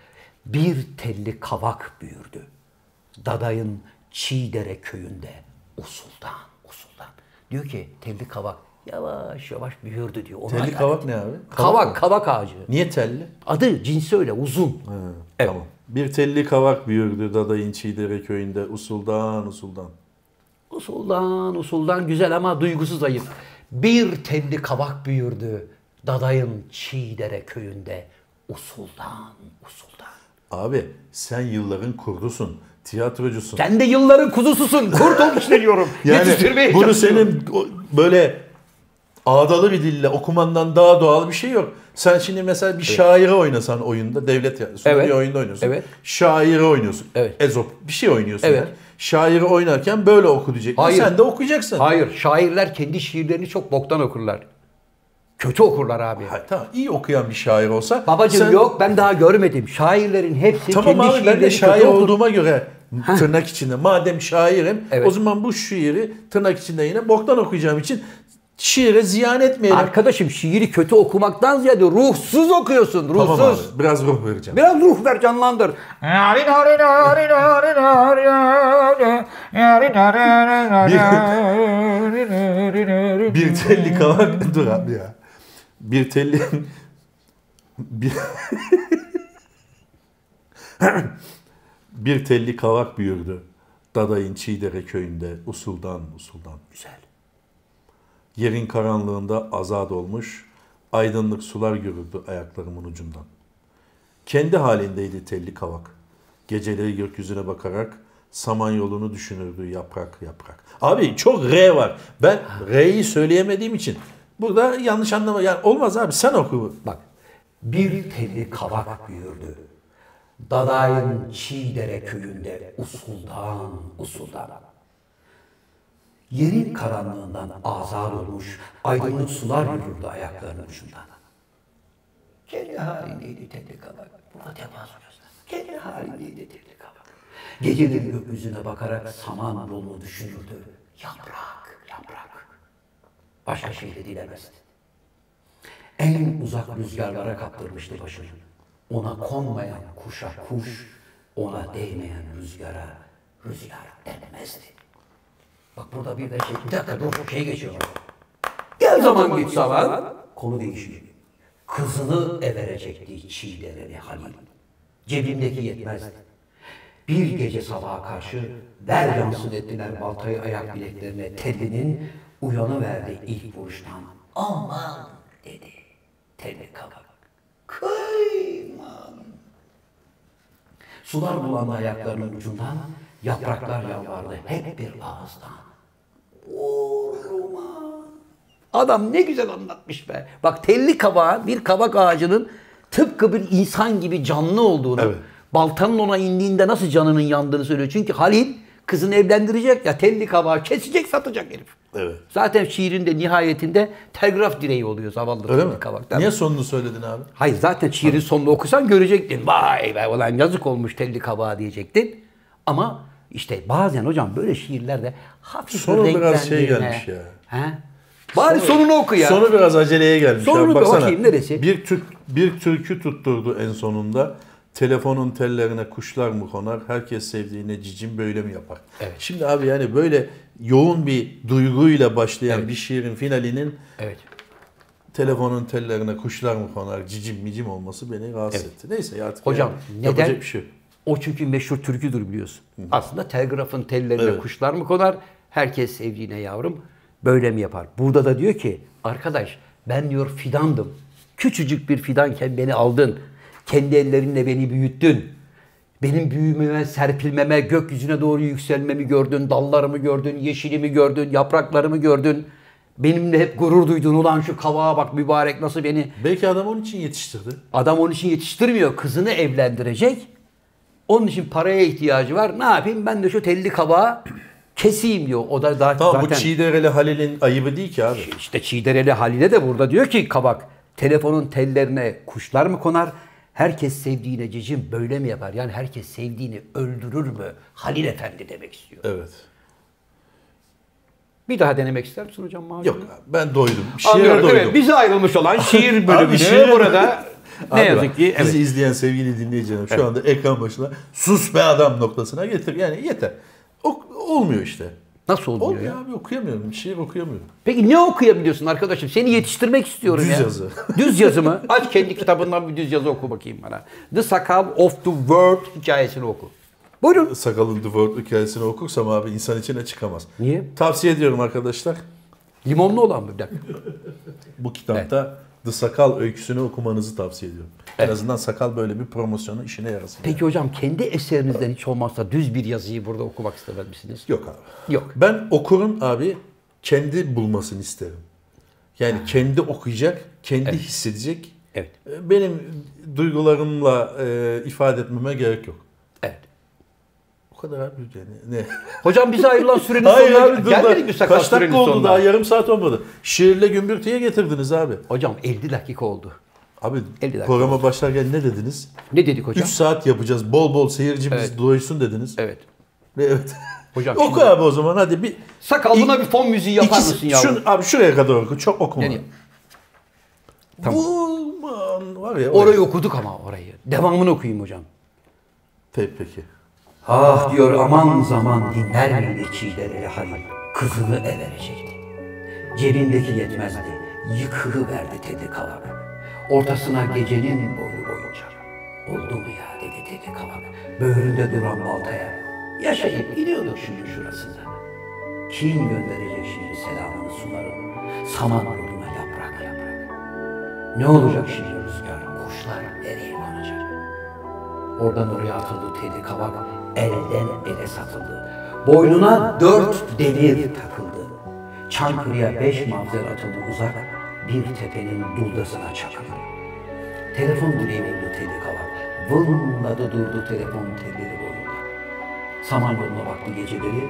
[SPEAKER 1] Bir telli kavak büyürdü. Dadayın Çiğdere köyünde usuldan usuldan. Diyor ki telli kavak yavaş yavaş büyürdü diyor. Onu
[SPEAKER 2] Telli
[SPEAKER 1] hayal-
[SPEAKER 2] kavak ne abi?
[SPEAKER 1] Kavak,
[SPEAKER 2] mı?
[SPEAKER 1] kavak ağacı.
[SPEAKER 2] Niye telli?
[SPEAKER 1] Adı cinsi öyle uzun. Evet.
[SPEAKER 2] Tamam. Bir telli kavak büyürdü Dadayın Çiğdere köyünde usuldan usuldan.
[SPEAKER 1] Usuldan usuldan güzel ama duygusuz ayıp. Bir telli kavak büyürdü dadayın Çiğdere köyünde usuldan usuldan.
[SPEAKER 2] Abi sen yılların kurdusun, tiyatrocusun.
[SPEAKER 1] Sen de yılların kuzususun. Kurt olmuş diyorum.
[SPEAKER 2] Yani
[SPEAKER 1] Yetiştirmeye
[SPEAKER 2] bunu
[SPEAKER 1] çalışıyorum.
[SPEAKER 2] senin o- böyle ağdalı bir dille okumandan daha doğal bir şey yok. Sen şimdi mesela bir şairi oynasan oyunda, devlet tiyatrosunda
[SPEAKER 1] Evet.
[SPEAKER 2] bir oyunda oynuyorsun.
[SPEAKER 1] Evet.
[SPEAKER 2] Şairi oynuyorsun.
[SPEAKER 1] Evet.
[SPEAKER 2] Ezop bir şey oynuyorsun.
[SPEAKER 1] Evet.
[SPEAKER 2] yani. Şairi oynarken böyle oku diyecekler.
[SPEAKER 1] Hayır.
[SPEAKER 2] Sen de okuyacaksın.
[SPEAKER 1] Hayır, şairler kendi şiirlerini çok boktan okurlar. Kötü okurlar abi.
[SPEAKER 2] Ha, tamam iyi okuyan bir şair olsa.
[SPEAKER 1] Babacığım
[SPEAKER 2] sen-
[SPEAKER 1] yok ben daha görmedim. Şairlerin hepsi
[SPEAKER 2] Tamam
[SPEAKER 1] kendi
[SPEAKER 2] abi ben
[SPEAKER 1] şiirlerini
[SPEAKER 2] de
[SPEAKER 1] kötü
[SPEAKER 2] şair
[SPEAKER 1] okur.
[SPEAKER 2] olduğuma göre tırnak içinde madem şairim
[SPEAKER 1] Evet.
[SPEAKER 2] o zaman bu şiiri tırnak içinde yine boktan okuyacağım için şiire ziyan etmeyelim.
[SPEAKER 1] Arkadaşım şiiri kötü okumaktan ziyade ruhsuz okuyorsun. Ruhsuz.
[SPEAKER 2] Tamam abi biraz ruh vereceğim.
[SPEAKER 1] Biraz ruh ver canlandır.
[SPEAKER 2] Bir telli kavak dur abi ya. Bir telli bir bir telli kavak büyürdü. Dadayın Çiğdere köyünde usuldan usuldan.
[SPEAKER 1] Güzel.
[SPEAKER 2] Yerin karanlığında azad olmuş, aydınlık sular görüldü ayaklarımın ucundan. Kendi halindeydi telli kavak. Geceleri gökyüzüne bakarak samanyolunu düşünürdü yaprak yaprak. Abi çok R var. Ben R'yi söyleyemediğim için burada yanlış anlama. Yani olmaz abi sen oku.
[SPEAKER 1] Bak. Bir teli kavak büyürdü. Dadayın Çiğdere köyünde usuldan usuldan. Yerin karanlığından azar olmuş, aydınlık sular yürürdü ayaklarının ucundan. Kendi halindeydi teli kavak. Burada temas göster. Kendi halindeydi teli kavak. Geceleri gökyüzüne bakarak saman yolunu düşünürdü. Yaprak, yaprak. Başka şey de dilemezdi. En uzak rüzgarlara kaptırmıştı başını. Ona konmayan kuşa kuş, ona değmeyen rüzgara rüzgar denmezdi. Bak burada bir de şey, bir dakika dur şey geçiyor. Gel zaman git zaman. Konu değişiyor. Kızını everecekti çiğdereni Halil. Cebimdeki yetmezdi. Bir gece sabaha karşı ver yansın ettiler baltayı ayak bileklerine telinin uyanıverdi ilk vuruştan. Aman dedi teli kavak. Kıyman. Sular bulandı ayaklarının ucundan, yapraklar yalvardı hep bir ağızdan. Vurma. Adam ne güzel anlatmış be. Bak telli kabağı bir kabak ağacının tıpkı bir insan gibi canlı olduğunu,
[SPEAKER 2] Evet.
[SPEAKER 1] baltanın ona indiğinde nasıl canının yandığını söylüyor. Çünkü Halil kızını evlendirecek ya telli kabağı kesecek satacak herif.
[SPEAKER 2] Evet.
[SPEAKER 1] Zaten şiirinde nihayetinde telgraf direği oluyor zavallı
[SPEAKER 2] Öyle
[SPEAKER 1] telli
[SPEAKER 2] mi?
[SPEAKER 1] kabak.
[SPEAKER 2] Niye sonunu söyledin abi?
[SPEAKER 1] Hayır zaten şiirin sonunu okusan görecektin. Vay be ulan yazık olmuş telli kabağa diyecektin. Ama işte bazen hocam böyle şiirlerde hafif
[SPEAKER 2] Sonu biraz
[SPEAKER 1] renklendirme,
[SPEAKER 2] şey gelmiş ya.
[SPEAKER 1] He? Bari sonunu oku ya.
[SPEAKER 2] Sonu biraz aceleye gelmiş.
[SPEAKER 1] Sonunu
[SPEAKER 2] abi,
[SPEAKER 1] bir
[SPEAKER 2] baksana.
[SPEAKER 1] okuyayım, neresi?
[SPEAKER 2] Bir, Türk, bir türkü tutturdu en sonunda. Telefonun tellerine kuşlar mı konar? Herkes sevdiğine cicim böyle mi yapar? Şimdi abi yani böyle yoğun bir duyguyla başlayan bir şiirin finalinin
[SPEAKER 1] Evet.
[SPEAKER 2] telefonun tellerine kuşlar mı konar? Cicim micim olması beni rahatsız etti. Neyse artık
[SPEAKER 1] Hocam
[SPEAKER 2] yani
[SPEAKER 1] neden?
[SPEAKER 2] yapacak bir şey yok.
[SPEAKER 1] O çünkü meşhur türküdür biliyorsun. Aslında telgrafın tellerine
[SPEAKER 2] Evet.
[SPEAKER 1] kuşlar mı konar? Herkes sevdiğine yavrum böyle mi yapar? Burada da diyor ki arkadaş ben diyor fidandım. Küçücük bir fidanken beni aldın. Kendi ellerinle beni büyüttün. Benim büyümeme, serpilmeme, gökyüzüne doğru yükselmemi gördün, dallarımı gördün, yeşilimi gördün, yapraklarımı gördün. Benimle hep gurur duydun. Ulan şu kavağa bak mübarek nasıl beni
[SPEAKER 2] Belki adam onun için yetiştirdi.
[SPEAKER 1] Adam onun için yetiştirmiyor. Kızını evlendirecek. Onun için paraya ihtiyacı var. Ne yapayım ben de şu telli kabağı keseyim diyor. O da daha
[SPEAKER 2] Tamam bu
[SPEAKER 1] zaten
[SPEAKER 2] Çiğdereli Halil'in ayıbı değil ki abi.
[SPEAKER 1] işte Çiğdereli Halil'e de burada diyor ki kabak telefonun tellerine kuşlar mı konar? Herkes sevdiğine cicim böyle mi yapar? Yani herkes sevdiğini öldürür mü? Halil Efendi demek istiyor.
[SPEAKER 2] Evet.
[SPEAKER 1] Bir daha denemek ister misin hocam? Macun'u?
[SPEAKER 2] Yok abi, ben doydum. Şiire
[SPEAKER 1] Anlıyorum.
[SPEAKER 2] doydum.
[SPEAKER 1] Evet, bize ayrılmış olan şiir bölümünü
[SPEAKER 2] Abi şiir-
[SPEAKER 1] burada ne
[SPEAKER 2] Abi
[SPEAKER 1] yazık
[SPEAKER 2] bak,
[SPEAKER 1] ki evet.
[SPEAKER 2] Bizi izleyen sevgili dinleyicilerim şu anda ekran başına sus be adam noktasına getir. Yani yeter. Ok- olmuyor işte.
[SPEAKER 1] Nasıl olmuyor
[SPEAKER 2] Olmuyor
[SPEAKER 1] ya?
[SPEAKER 2] abi okuyamıyorum. Şiir okuyamıyorum.
[SPEAKER 1] Peki ne okuyabiliyorsun arkadaşım? Seni yetiştirmek istiyorum
[SPEAKER 2] Düz
[SPEAKER 1] ya.
[SPEAKER 2] yazı.
[SPEAKER 1] Düz yazı mı? Aç kendi kitabından bir düz yazı oku bakayım bana. The Sakal of the World hikayesini oku. Buyurun.
[SPEAKER 2] Sakalın The World hikayesini okursam abi insan içine çıkamaz.
[SPEAKER 1] Niye?
[SPEAKER 2] Tavsiye ediyorum arkadaşlar.
[SPEAKER 1] Limonlu olan mı? Bir dakika.
[SPEAKER 2] Bu kitapta The Sakal öyküsünü okumanızı tavsiye ediyorum. En azından sakal böyle bir promosyonun işine yarasın.
[SPEAKER 1] Peki hocam kendi eserinizden hiç olmazsa düz bir yazıyı burada okumak istemez misiniz?
[SPEAKER 2] Yok abi.
[SPEAKER 1] Yok.
[SPEAKER 2] Ben okurun abi kendi bulmasını isterim. Yani kendi okuyacak, kendi hissedecek.
[SPEAKER 1] Evet.
[SPEAKER 2] E, Benim duygularımla e, ifade etmeme gerek yok.
[SPEAKER 1] Evet.
[SPEAKER 2] O kadar abi yani ne?
[SPEAKER 1] Hocam bize ayrılan sürenin
[SPEAKER 2] Hayır
[SPEAKER 1] sonuna
[SPEAKER 2] abi dur
[SPEAKER 1] gelmedik mi
[SPEAKER 2] da
[SPEAKER 1] sakal
[SPEAKER 2] kaç
[SPEAKER 1] sürenin
[SPEAKER 2] dakika oldu
[SPEAKER 1] sonuna?
[SPEAKER 2] daha yarım saat olmadı. Şiirle gümbürtüye getirdiniz abi.
[SPEAKER 1] Hocam 50 dakika oldu.
[SPEAKER 2] Abi
[SPEAKER 1] dakika
[SPEAKER 2] programa başlarken ne dediniz?
[SPEAKER 1] Ne dedik hocam?
[SPEAKER 2] 3 saat yapacağız bol bol seyircimiz
[SPEAKER 1] Evet.
[SPEAKER 2] doysun dediniz.
[SPEAKER 1] Evet.
[SPEAKER 2] Ve evet.
[SPEAKER 1] Hocam
[SPEAKER 2] Oku
[SPEAKER 1] şimdi-
[SPEAKER 2] abi o zaman hadi bir
[SPEAKER 1] Sakal buna
[SPEAKER 2] İ-
[SPEAKER 1] bir fon müziği yapar
[SPEAKER 2] İkisi-
[SPEAKER 1] mısın yavrum?
[SPEAKER 2] Şunu, abi şuraya kadar oku. Çok okuma.
[SPEAKER 1] Yani-
[SPEAKER 2] Bu man, var ya.
[SPEAKER 1] Orayı okuduk ama orayı. Devamını okuyayım hocam.
[SPEAKER 2] Peki peki.
[SPEAKER 1] Ah diyor aman zaman dinler miydi çiğdere Halil. Kızını e verecekti. Cebindeki yetmezdi. Yıkıverdi Tedi Kavak. Ortasına gecenin boyu boyunca. Oldu mu ya dedi Tedi Kavak. Böğründe duran baltaya. Yaşayıp gidiyorduk şimdi şurasında. Kim gönderecek şimdi selamını sularım. Saman yoluna yaprak yaprak. Ne olacak şimdi rüzgar? Kuşlar nereye konacak? Oradan oraya atıldı teli kavak, elden ele satıldı. Boynuna dört demir takıldı. Çankırı'ya beş mavzer atıldı uzak, bir tepenin duldasına çakıldı. Telefon direği oldu teli kavak, vınladı durdu telefon telleri boyunda. Samanyolu'na baktı geceleri,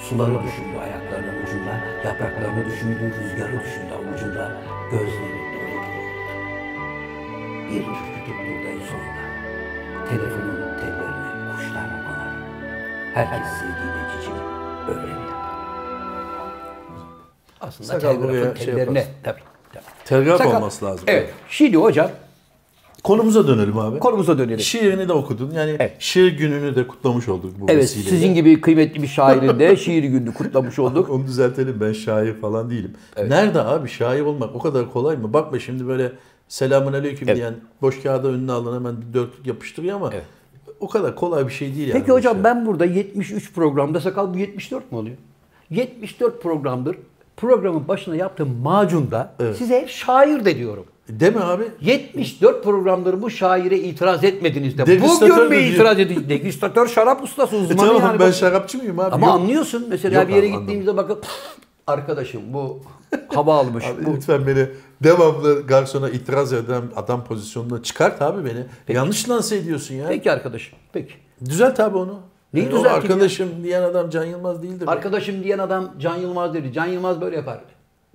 [SPEAKER 1] suları düşündü ayaklarının ucunda, yapraklarını düşündü, rüzgarı düşündü avucunda, gözleri dolu dolu. Bir türkü tutturdu en sonunda. Telefonun tellerine kuşlar konar. Herkes sevdiğine cici öyle mi yapar? Aslında
[SPEAKER 2] Sakal
[SPEAKER 1] telgrafın
[SPEAKER 2] buraya şey
[SPEAKER 1] tellerine
[SPEAKER 2] yaparsın.
[SPEAKER 1] tabii. tabii.
[SPEAKER 2] Telgraf
[SPEAKER 1] Sakal-
[SPEAKER 2] olması lazım.
[SPEAKER 1] Evet. Şimdi hocam
[SPEAKER 2] Konumuza dönelim abi.
[SPEAKER 1] konumuza dönelim.
[SPEAKER 2] Şiirini de okudun. Yani
[SPEAKER 1] Evet.
[SPEAKER 2] şiir gününü de kutlamış olduk bu
[SPEAKER 1] evet
[SPEAKER 2] vesileyle.
[SPEAKER 1] sizin gibi kıymetli bir şairin de şiir gününü kutlamış olduk.
[SPEAKER 2] Onu düzeltelim ben şair falan değilim. Nerede abi şair olmak o kadar kolay mı? Bakma şimdi böyle selamun aleyküm
[SPEAKER 1] Evet.
[SPEAKER 2] diyen boş kağıda önüne alan hemen bir dörtlük yapıştırıyor ama
[SPEAKER 1] Evet.
[SPEAKER 2] o kadar kolay bir şey değil yani.
[SPEAKER 1] Peki
[SPEAKER 2] bu
[SPEAKER 1] hocam
[SPEAKER 2] işler.
[SPEAKER 1] ben burada 73 programda sakal bu 74 mu oluyor? 74 programdır. Programın başına yaptığım macunda size hep şair de diyorum.
[SPEAKER 2] Deme abi.
[SPEAKER 1] 74 programları bu şaire itiraz etmediniz de.
[SPEAKER 2] Degüstatör
[SPEAKER 1] Bugün mü
[SPEAKER 2] mü diyor?
[SPEAKER 1] itiraz edin? Degüstatör şarap ustası
[SPEAKER 2] E
[SPEAKER 1] uzmanı
[SPEAKER 2] tamam
[SPEAKER 1] yani.
[SPEAKER 2] ben şarapçı mıyım abi?
[SPEAKER 1] Ama
[SPEAKER 2] Yok.
[SPEAKER 1] anlıyorsun mesela
[SPEAKER 2] Yok
[SPEAKER 1] bir yere
[SPEAKER 2] abi,
[SPEAKER 1] gittiğimizde bakın "Pf, arkadaşım bu hava almış.
[SPEAKER 2] Abi
[SPEAKER 1] bu
[SPEAKER 2] Lütfen beni devamlı garsona itiraz eden adam pozisyonuna çıkart abi beni. Yanlış lanse ediyorsun ya.
[SPEAKER 1] Peki arkadaşım. Peki.
[SPEAKER 2] Düzelt abi onu.
[SPEAKER 1] Neyi
[SPEAKER 2] o
[SPEAKER 1] düzelteyim
[SPEAKER 2] arkadaşım diyen adam Can Yılmaz değildir.
[SPEAKER 1] Arkadaşım diyen adam Can Yılmaz dedi. Can Yılmaz böyle yapar.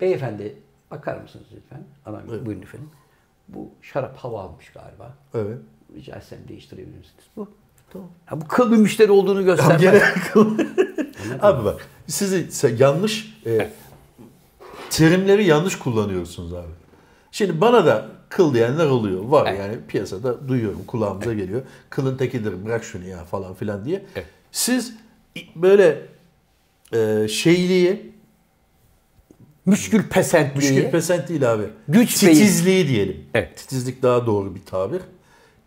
[SPEAKER 1] Beyefendi bakar mısınız lütfen? Adam buyurun efendim. Bu şarap hava almış galiba.
[SPEAKER 2] Evet.
[SPEAKER 1] Rica etsem değiştirebilir misiniz? Bu.
[SPEAKER 2] Tamam.
[SPEAKER 1] Ha, bu kıl bir müşteri olduğunu göstermez.
[SPEAKER 2] Gene Abi bak sizi se- yanlış e, terimleri yanlış kullanıyorsunuz abi. Şimdi bana da kıl diyenler oluyor. Var
[SPEAKER 1] Evet.
[SPEAKER 2] yani piyasada duyuyorum kulağımıza geliyor. Kılın tekidir bırak şunu ya falan filan diye.
[SPEAKER 1] Evet.
[SPEAKER 2] Siz i- böyle e, şeyliği,
[SPEAKER 1] Müşkül pesentliği.
[SPEAKER 2] müşkül pesent değil abi.
[SPEAKER 1] Güç beyin.
[SPEAKER 2] Titizliği diyelim.
[SPEAKER 1] Evet.
[SPEAKER 2] Titizlik daha doğru bir tabir.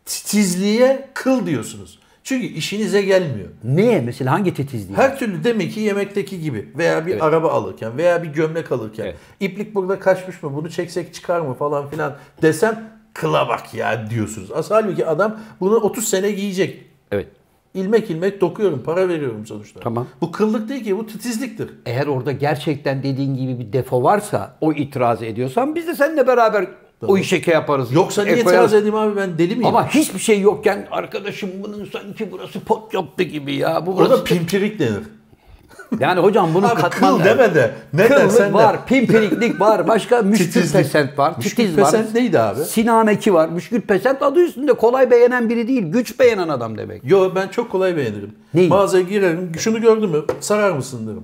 [SPEAKER 2] Titizliğe kıl diyorsunuz. Çünkü işinize gelmiyor.
[SPEAKER 1] Neye mesela hangi titizliği?
[SPEAKER 2] Her türlü demek ki yemekteki gibi veya bir araba alırken veya bir gömlek alırken
[SPEAKER 1] Evet.
[SPEAKER 2] iplik burada kaçmış mı bunu çeksek çıkar mı falan filan desem kıla bak ya diyorsunuz. Aslında halbuki adam bunu 30 sene giyecek.
[SPEAKER 1] Evet.
[SPEAKER 2] İlmek ilmek dokuyorum para veriyorum sonuçta.
[SPEAKER 1] Tamam.
[SPEAKER 2] Bu kıllık değil ki bu titizliktir.
[SPEAKER 1] Eğer orada gerçekten dediğin gibi bir defo varsa, o itiraz ediyorsan biz de seninle beraber o işe şey yaparız.
[SPEAKER 2] Yoksa niye
[SPEAKER 1] el koyarız.
[SPEAKER 2] itiraz edeyim abi ben deli miyim?
[SPEAKER 1] Ama hiçbir şey yokken arkadaşım bunun sanki burası pot yaptı gibi ya. Bu
[SPEAKER 2] Ona
[SPEAKER 1] burası...
[SPEAKER 2] pimpirik denir.
[SPEAKER 4] Yani hocam bunu
[SPEAKER 2] Abi
[SPEAKER 4] katman
[SPEAKER 2] kıl deme de. Ne dersen
[SPEAKER 4] Kıllık
[SPEAKER 2] de.
[SPEAKER 4] var, pimpiriklik var, başka müşkül
[SPEAKER 2] Titizlik.
[SPEAKER 4] pesent var,
[SPEAKER 2] Müşkül
[SPEAKER 4] titiz var.
[SPEAKER 2] pesent neydi abi?
[SPEAKER 4] Sinameki var, müşkül pesent adı üstünde kolay beğenen biri değil, güç beğenen adam demek.
[SPEAKER 2] Yo ben çok kolay beğenirim.
[SPEAKER 4] Neyi?
[SPEAKER 2] Mağazaya girerim. Şunu gördün mü? Sarar mısın derim.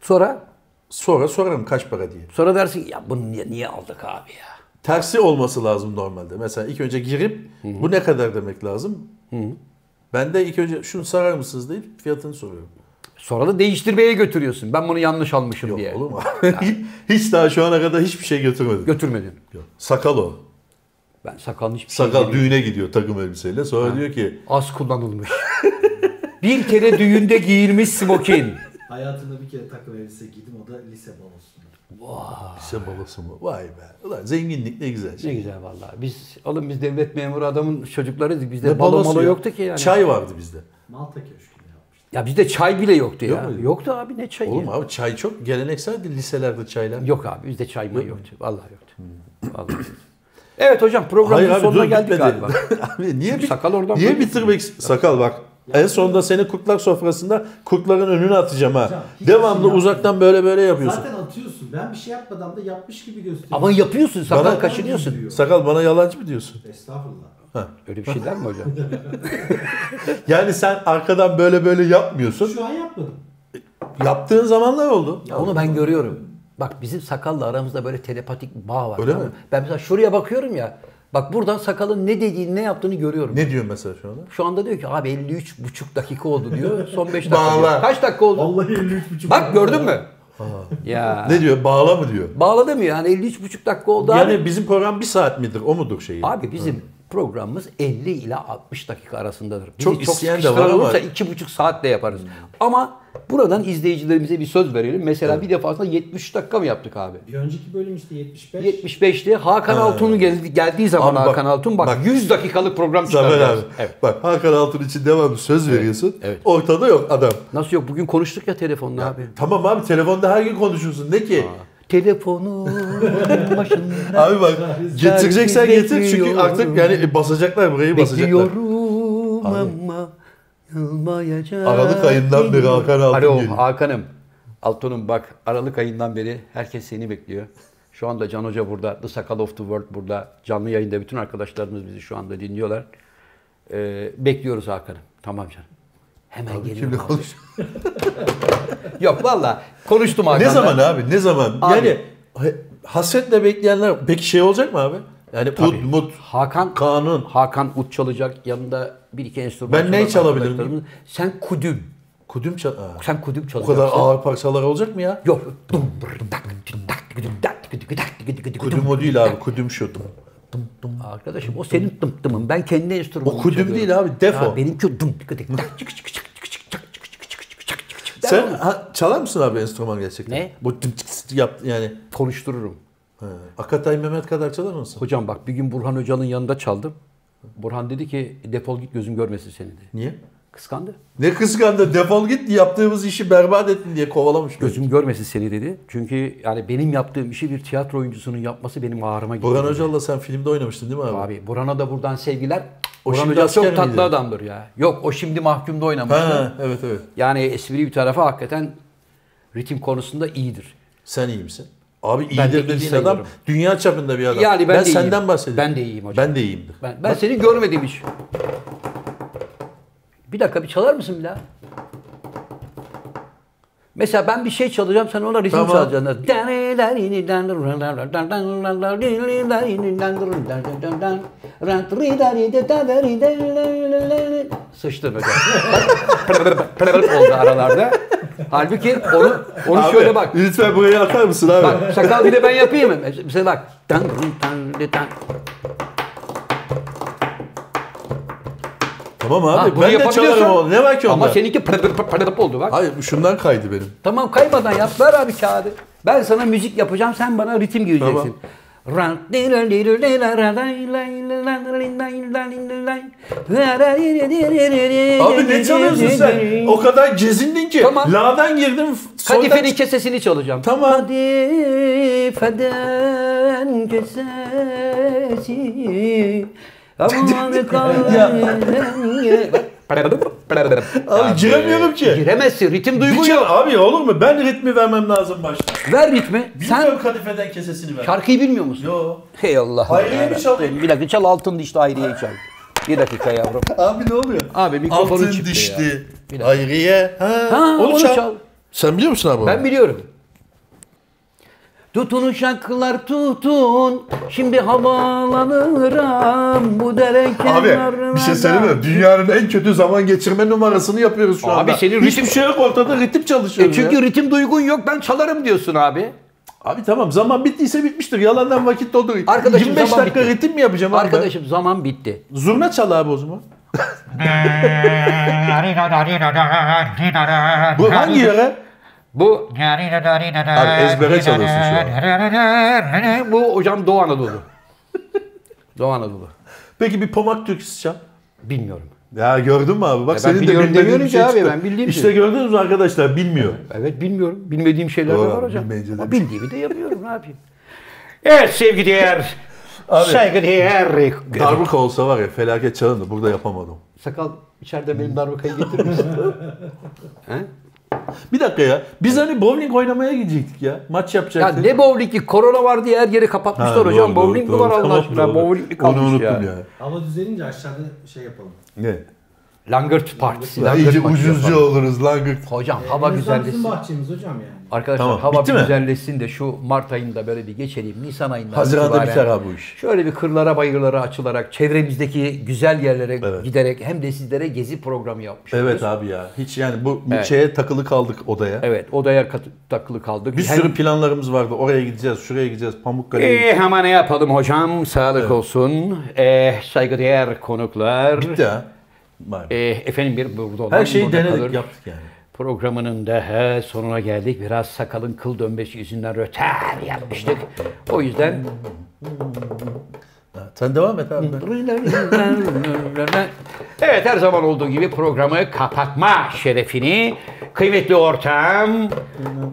[SPEAKER 4] Sonra
[SPEAKER 2] Sonra sorarım kaç para diye.
[SPEAKER 4] sonra dersin ki, ya bunu niye, niye aldık abi ya?
[SPEAKER 2] Tersi olması lazım normalde. Mesela ilk önce girip bu ne kadar demek lazım? Ben de ilk önce şunu sarar mısınız deyip fiyatını soruyorum.
[SPEAKER 4] Sonra da değiştirmeye götürüyorsun. Ben bunu yanlış almışım
[SPEAKER 2] Yok
[SPEAKER 4] diye.
[SPEAKER 2] olur mu? Hiç daha şu ana kadar hiçbir şey götürmedim.
[SPEAKER 4] Götürmedin.
[SPEAKER 2] Yok. Sakal o.
[SPEAKER 4] Ben sakalın hiçbir şey
[SPEAKER 2] Sakal
[SPEAKER 4] bilmiyorum.
[SPEAKER 2] düğüne gidiyor takım elbiseyle. Sonra diyor ki
[SPEAKER 4] Az kullanılmış. bir kere düğünde giyilmiş smokin.
[SPEAKER 3] Hayatımda bir kere takım elbise giydim o da lise balosunda.
[SPEAKER 2] lise babası mı? Vay be. Ulan zenginlik ne güzel şey.
[SPEAKER 4] Ne güzel vallahi. Biz oğlum biz devlet memuru adamın çocuklarıydık. Bizde
[SPEAKER 2] Ne
[SPEAKER 4] balo
[SPEAKER 2] balosu
[SPEAKER 4] malo
[SPEAKER 2] ya?
[SPEAKER 4] yoktu ki yani.
[SPEAKER 2] Çay vardı bizde.
[SPEAKER 3] Malta Köşkü'nde yapmıştım.
[SPEAKER 4] Ya bizde çay bile yoktu
[SPEAKER 2] Yok
[SPEAKER 4] ya.
[SPEAKER 2] muydu?
[SPEAKER 4] yoktu abi ne çayı?
[SPEAKER 2] Oğlum
[SPEAKER 4] ya?
[SPEAKER 2] abi çay çok gelenekseldi liselerde çaylar.
[SPEAKER 4] Yok abi bizde çay mı yoktu. Vallahi yoktu. Vallahi. yoktu. evet hocam programın
[SPEAKER 2] Hmm. Hayır abi
[SPEAKER 4] sonuna
[SPEAKER 2] dur
[SPEAKER 4] geldik
[SPEAKER 2] bitmedi.
[SPEAKER 4] galiba.
[SPEAKER 2] abi niye
[SPEAKER 4] Çünkü
[SPEAKER 2] bit-
[SPEAKER 4] sakal oradan
[SPEAKER 2] Niye
[SPEAKER 4] böyle
[SPEAKER 2] bitirmek sakal bak. En sonunda seni kurtlar sofrasında kurtların önüne atacağım
[SPEAKER 3] Hocam,
[SPEAKER 2] ha.
[SPEAKER 3] hiç
[SPEAKER 2] Devamlı
[SPEAKER 3] şey
[SPEAKER 2] uzaktan böyle böyle yapıyorsun.
[SPEAKER 3] Zaten atıyorsun. Ben bir şey yapmadan da yapmış gibi gösteriyorum.
[SPEAKER 4] Ama yapıyorsun sakal
[SPEAKER 2] Bana-
[SPEAKER 4] kaşınıyorsun.
[SPEAKER 3] Diyor.
[SPEAKER 2] Sakal bana yalancı mı diyorsun?
[SPEAKER 3] Estağfurullah.
[SPEAKER 4] Öyle bir şeyler mi hocam?
[SPEAKER 2] Yani sen arkadan böyle böyle yapmıyorsun.
[SPEAKER 3] Şu an yapmadım.
[SPEAKER 2] Yaptığın zamanlar oldu.
[SPEAKER 4] Ya onu ben görüyorum. Bak bizim sakalla aramızda böyle telepatik bağ var.
[SPEAKER 2] Öyle
[SPEAKER 4] tamam
[SPEAKER 2] mi?
[SPEAKER 4] mı? Ben mesela şuraya bakıyorum ya. Bak buradan sakalın ne dediğini ne yaptığını görüyorum.
[SPEAKER 2] Ne diyorsun mesela şu anda?
[SPEAKER 4] Şu anda diyor ki abi 53 buçuk dakika oldu diyor. Son 5 dakika.
[SPEAKER 2] Bağla.
[SPEAKER 4] diyor. Kaç dakika oldu?
[SPEAKER 3] Vallahi 53,5.
[SPEAKER 4] Bak gördün mü? ya.
[SPEAKER 2] Ne diyor? Bağla mı diyor?
[SPEAKER 4] Bağladı mı yani 53 buçuk dakika oldu abi.
[SPEAKER 2] Yani bizim program bir saat midir? O mudur şeyi?
[SPEAKER 4] Abi bizim programımız 50 ile 60 dakika arasındadır. Bizi
[SPEAKER 2] Çok isteyen de var
[SPEAKER 4] sıkıştıran
[SPEAKER 2] ama- Hmm.
[SPEAKER 4] olursa iki buçuk saatle yaparız. Ama buradan izleyicilerimize bir söz verelim. Mesela bir defasında 73 dakika mı yaptık abi?
[SPEAKER 3] Bir önceki bölüm işte 75.
[SPEAKER 4] 75'te Hakan Altun'un geldi, geldiği zaman
[SPEAKER 2] Ee, Abi bak-
[SPEAKER 4] Hakan Altun bak,
[SPEAKER 2] bak.
[SPEAKER 4] 100 dakikalık program
[SPEAKER 2] Zafer abi.
[SPEAKER 4] çıkaracağız. Evet.
[SPEAKER 2] Bak Hakan Altun için devamlı söz veriyorsun.
[SPEAKER 4] evet.
[SPEAKER 2] Ortada yok adam.
[SPEAKER 4] Nasıl yok bugün konuştuk ya telefonla abi.
[SPEAKER 2] Tamam abi telefonda her gün konuşuyorsun. Ne ki?
[SPEAKER 4] Telefonun başında
[SPEAKER 2] Abi bak getireceksen
[SPEAKER 4] Servis
[SPEAKER 2] getir çünkü
[SPEAKER 4] bekliyorum.
[SPEAKER 2] artık yani e, basacaklar burayı basacaklar.
[SPEAKER 4] bekliyorum ama yılmayacak.
[SPEAKER 2] Aralık ayından beri Hakan Altun
[SPEAKER 4] Alo
[SPEAKER 2] geliyor.
[SPEAKER 4] Hakan'ım. Altun'um bak Aralık ayından beri herkes seni bekliyor. Şu anda Can Hoca burada, The Sakal of the World burada. Canlı yayında bütün arkadaşlarımız bizi şu anda dinliyorlar. Ee, bekliyoruz Hakan'ım. Tamam canım. Hemen geliyorum.
[SPEAKER 2] Şimdi
[SPEAKER 4] abi.
[SPEAKER 2] konuş.
[SPEAKER 4] Yok valla konuştum Hakan'la.
[SPEAKER 2] ne zaman abi? Ne zaman?
[SPEAKER 4] Abi.
[SPEAKER 2] Yani ha- hasretle bekleyenler peki şey olacak mı abi? Yani ud, mut,
[SPEAKER 4] Hakan
[SPEAKER 2] kanun.
[SPEAKER 4] Hakan ut çalacak. Yanında bir iki enstrüman
[SPEAKER 2] Ben neyi
[SPEAKER 4] çalan
[SPEAKER 2] çalabilirim?
[SPEAKER 4] arkadaşlarımız. Sen kudüm.
[SPEAKER 2] Kudüm çal... Aa,
[SPEAKER 4] Sen kudüm
[SPEAKER 2] Bu
[SPEAKER 4] çalacaksın.
[SPEAKER 2] kadar ağır parçalar olacak mı ya?
[SPEAKER 4] Yok. Dum, brr, dak, dü, dak, gü, dü, dak, gü, dü, gü, dak, gü, dü, gü, dü,
[SPEAKER 2] Kudüm o değil abi. Kudüm şu.
[SPEAKER 4] dum. Arkadaşım o senin tım tımın. Ben kendi enstrümanımı
[SPEAKER 2] O kudüm
[SPEAKER 4] çalıyorum.
[SPEAKER 2] değil abi, defo.
[SPEAKER 4] Ya benimki o dum, gü, dik, dak, çık, çık, çık, çık, çık, çık, çık, çık, çık, çık, çık, çık, çık. Ben
[SPEAKER 2] Sen
[SPEAKER 4] onu
[SPEAKER 2] ha, çalar mısın abi enstrüman gerçekten?
[SPEAKER 4] Ne?
[SPEAKER 2] Bu tım tık tık yap yani.
[SPEAKER 4] konuştururum.
[SPEAKER 2] Ha. Akatay Mehmet kadar çalar mısın?
[SPEAKER 4] Hocam bak bir gün Burhan Hoca'nın yanında çaldım. Burhan dedi ki defol git gözüm görmesin seni dedi.
[SPEAKER 2] Niye?
[SPEAKER 4] Kıskandı.
[SPEAKER 2] Ne kıskandı defol git yaptığımız işi berbat ettin diye kovalamış. beni.
[SPEAKER 4] Gözüm görmesin seni dedi. Çünkü yani benim yaptığım işi bir tiyatro oyuncusunun yapması benim ağrıma gitti.
[SPEAKER 2] Burhan
[SPEAKER 4] dedi.
[SPEAKER 2] Hoca'la sen filmde oynamıştın değil mi abi?
[SPEAKER 4] Abi Burhan'a da buradan sevgiler.
[SPEAKER 2] O
[SPEAKER 4] Burhan
[SPEAKER 2] şimdi
[SPEAKER 4] Hoca çok
[SPEAKER 2] asker
[SPEAKER 4] tatlı
[SPEAKER 2] miydi?
[SPEAKER 4] adamdır ya. Yok o şimdi mahkumda oynamıştı.
[SPEAKER 2] Ha, evet evet.
[SPEAKER 4] Yani espri bir tarafa hakikaten ritim konusunda iyidir.
[SPEAKER 2] Sen iyi misin? Abi
[SPEAKER 4] Ben de
[SPEAKER 2] iyidir
[SPEAKER 4] iyi
[SPEAKER 2] dediğin
[SPEAKER 4] sayılırım.
[SPEAKER 2] adam dünya çapında bir adam.
[SPEAKER 4] Yani ben
[SPEAKER 2] ben
[SPEAKER 4] de iyiyim.
[SPEAKER 2] senden bahsediyorum.
[SPEAKER 4] Ben de iyiyim hocam.
[SPEAKER 2] Ben de iyiyimdir.
[SPEAKER 4] Ben, ben seni görmedim hiç. Bir dakika bir çalar mısın bir daha? Mesela ben bir şey çalacağım sen ona ritim
[SPEAKER 2] Tamam.
[SPEAKER 4] çalacaksın. Sıçtın hocam. oldu aralarda. Halbuki onu onu
[SPEAKER 2] Abi,
[SPEAKER 4] şöyle bak.
[SPEAKER 2] Lütfen buraya atar mısın abi?
[SPEAKER 4] Bak sakal bile ben yapayım mı? Mesela bak. Tan, tan, tan, tan.
[SPEAKER 2] Tamam abi
[SPEAKER 4] Ha, bunu
[SPEAKER 2] ben de
[SPEAKER 4] yapabiliyorsun.
[SPEAKER 2] çalarım onu. Ne var ki onda?
[SPEAKER 4] Ama seninki pırı pırı pırı pırı oldu bak.
[SPEAKER 2] Hayır bu şundan kaydı benim.
[SPEAKER 4] Tamam kaymadan yap. Ver abi kağıdı. Ben sana müzik yapacağım. Sen bana ritim gireceksin.
[SPEAKER 2] Abi ne çalıyorsun sen? O kadar gezindin ki.
[SPEAKER 4] Tamam.
[SPEAKER 2] La'dan girdin. f- soldan
[SPEAKER 4] Kadifenin
[SPEAKER 2] çık-
[SPEAKER 4] kesesini çalacağım.
[SPEAKER 2] Tamam.
[SPEAKER 4] Kadifeden kesesi. Aman kalbimden
[SPEAKER 2] Abi giremiyorum ki.
[SPEAKER 4] Giremezsin. Ritim
[SPEAKER 2] Bir
[SPEAKER 4] duygu
[SPEAKER 2] çal-
[SPEAKER 4] yok.
[SPEAKER 2] abi olur mu? Ben ritmi vermem lazım başta.
[SPEAKER 4] Ver ritmi. Sen
[SPEAKER 2] Bilmiyorum kadifeden kesesini ver.
[SPEAKER 4] şarkıyı bilmiyor musun?
[SPEAKER 2] Yo.
[SPEAKER 4] Hey Allah.
[SPEAKER 2] Hayriye'yi mi çalayım?
[SPEAKER 4] Bir dakika çal altın dişli Hayriye'yi çal. Bir dakika yavrum.
[SPEAKER 2] Abi ne oluyor?
[SPEAKER 4] Abi mikrofonu
[SPEAKER 2] Altın
[SPEAKER 4] çıktı ya.
[SPEAKER 2] dişli. Hayriye. Ha,
[SPEAKER 4] Ha, onu çal.
[SPEAKER 2] Sen biliyor musun abi?
[SPEAKER 4] Ben biliyorum. Tutun uşaklar tutun. Şimdi havalanırım bu dere
[SPEAKER 2] Abi
[SPEAKER 4] kenarına
[SPEAKER 2] bir şey
[SPEAKER 4] da.
[SPEAKER 2] söyleyeyim mi? Dünyanın en kötü zaman geçirme numarasını yapıyoruz şu
[SPEAKER 4] Abi
[SPEAKER 2] anda.
[SPEAKER 4] senin
[SPEAKER 2] Hiçbir
[SPEAKER 4] ritim-
[SPEAKER 2] şey yok ortada ritim
[SPEAKER 4] E
[SPEAKER 2] çalışıyoruz
[SPEAKER 4] çünkü
[SPEAKER 2] ya.
[SPEAKER 4] ritim duygun yok ben çalarım diyorsun abi.
[SPEAKER 2] Abi tamam zaman bittiyse bitmiştir. Yalandan vakit doldu.
[SPEAKER 4] Arkadaşım,
[SPEAKER 2] 25
[SPEAKER 4] zaman
[SPEAKER 2] dakika
[SPEAKER 4] bitti.
[SPEAKER 2] ritim mi yapacağım abi ben?
[SPEAKER 4] Arkadaşım zaman bitti.
[SPEAKER 2] Zurna çal abi o zaman. Bu hangi yere?
[SPEAKER 4] Bu
[SPEAKER 5] Abi ezbere çalıyorsun şu an.
[SPEAKER 4] bu hocam Doğu Anadolu. Doğu Anadolu.
[SPEAKER 2] Peki bir pomak türküsü çal.
[SPEAKER 4] Bilmiyorum.
[SPEAKER 2] Ya gördün mü abi? Bak
[SPEAKER 4] ben
[SPEAKER 2] senin de
[SPEAKER 4] biliyorum
[SPEAKER 2] bilmediğin
[SPEAKER 4] demiyorum
[SPEAKER 2] bir
[SPEAKER 4] ki
[SPEAKER 2] şey
[SPEAKER 4] abi,
[SPEAKER 2] çıktı.
[SPEAKER 4] ben bildiğim
[SPEAKER 2] İşte
[SPEAKER 4] şey.
[SPEAKER 2] gördünüz mü arkadaşlar bilmiyor.
[SPEAKER 4] Evet bilmiyorum. Bilmediğim şeyler de
[SPEAKER 2] Doğru,
[SPEAKER 4] var hocam.
[SPEAKER 2] bilmeyince de-
[SPEAKER 4] Ama bildiğimi de yapıyorum ne yapayım. Evet sevgideğer,
[SPEAKER 2] Abi-
[SPEAKER 4] saygıdeğer.
[SPEAKER 2] Darbuka olsa var ya felaket çalındı. Burada yapamadım.
[SPEAKER 4] Sakal içeride benim darbukayı getirir misin? He?
[SPEAKER 2] Bir dakika ya. Biz hani bowling oynamaya gidecektik ya. Maç
[SPEAKER 4] ya
[SPEAKER 2] yapacaktık.
[SPEAKER 4] ne bowlingi korona var diye her yeri kapatmışlar
[SPEAKER 2] Ha, doğru, doğru,
[SPEAKER 4] hocam. bowling
[SPEAKER 2] doğru.
[SPEAKER 4] mi var Allah
[SPEAKER 2] Tamam,
[SPEAKER 4] aşkına?
[SPEAKER 2] doğru.
[SPEAKER 4] Bowling mi
[SPEAKER 2] Onu
[SPEAKER 4] kalmış
[SPEAKER 2] unuttum
[SPEAKER 4] ya?
[SPEAKER 2] ya.
[SPEAKER 3] Hava düzelince aşağıda şey yapalım.
[SPEAKER 2] Ne?
[SPEAKER 4] Langırt partisi.
[SPEAKER 2] Ya
[SPEAKER 4] Langırt
[SPEAKER 2] iyice
[SPEAKER 4] maçı
[SPEAKER 2] ucuzcu
[SPEAKER 4] yapalım.
[SPEAKER 2] oluruz lan gırt.
[SPEAKER 4] Hocam
[SPEAKER 3] En
[SPEAKER 4] hava
[SPEAKER 3] azından Bizim
[SPEAKER 4] güzelleşsin.
[SPEAKER 3] bahçemiz hocam yani.
[SPEAKER 4] Arkadaşlar
[SPEAKER 2] Tamam,
[SPEAKER 4] hava
[SPEAKER 2] bitti mi?
[SPEAKER 4] güzelleşsin de şu Mart ayında böyle bir geçelim. Nisan ayında.
[SPEAKER 2] Haziran'da biter abi bu iş.
[SPEAKER 4] Şöyle bir kırlara bayırlara açılarak çevremizdeki güzel yerlere
[SPEAKER 2] Evet.
[SPEAKER 4] giderek hem de sizlere gezi programı yapmış.
[SPEAKER 2] Evet abi ya. Hiç yani bu
[SPEAKER 4] Evet.
[SPEAKER 2] şeye takılı kaldık odaya.
[SPEAKER 4] Evet odaya kat- takılı kaldık.
[SPEAKER 2] Bir
[SPEAKER 4] Hem-
[SPEAKER 2] sürü planlarımız vardı. Oraya gideceğiz, şuraya gideceğiz, Pamukkale'ye
[SPEAKER 4] İyi hemen Eh, ne yapalım hocam? Sağlık olsun. Ee, saygıdeğer konuklar.
[SPEAKER 2] Bitti ha. Vay be.
[SPEAKER 4] Ee, efendim bir burada olan
[SPEAKER 2] Her şeyi
[SPEAKER 4] burada
[SPEAKER 2] denedik,
[SPEAKER 4] kalır.
[SPEAKER 2] yaptık yani.
[SPEAKER 4] Programının da he, sonuna geldik. Biraz sakalın kıl dönmesi yüzünden röter yapmıştık. O yüzden
[SPEAKER 2] Ha, Sen devam et abi. ben-
[SPEAKER 4] Evet her zaman olduğu gibi programı kapatma şerefini kıymetli ortağım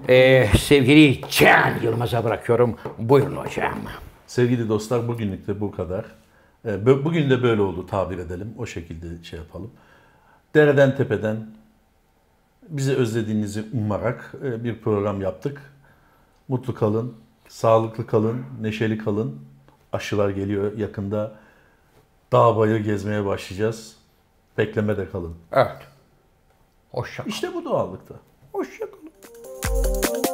[SPEAKER 4] eee, sevgili Can Yılmaz'a bırakıyorum. Buyurun hocam.
[SPEAKER 2] Sevgili dostlar bugünlük de bu kadar. Ee, bö- Bugün de böyle oldu tabir edelim. O şekilde şey yapalım. Dereden tepeden bizi özlediğinizi umarak e, bir program yaptık. Mutlu kalın, sağlıklı kalın, neşeli kalın. Aşılar geliyor yakında. Dağ bayır gezmeye başlayacağız. Beklemede kalın.
[SPEAKER 4] Evet. Hoşça
[SPEAKER 2] İşte bu doğallıkta.
[SPEAKER 4] Hoşça kalın.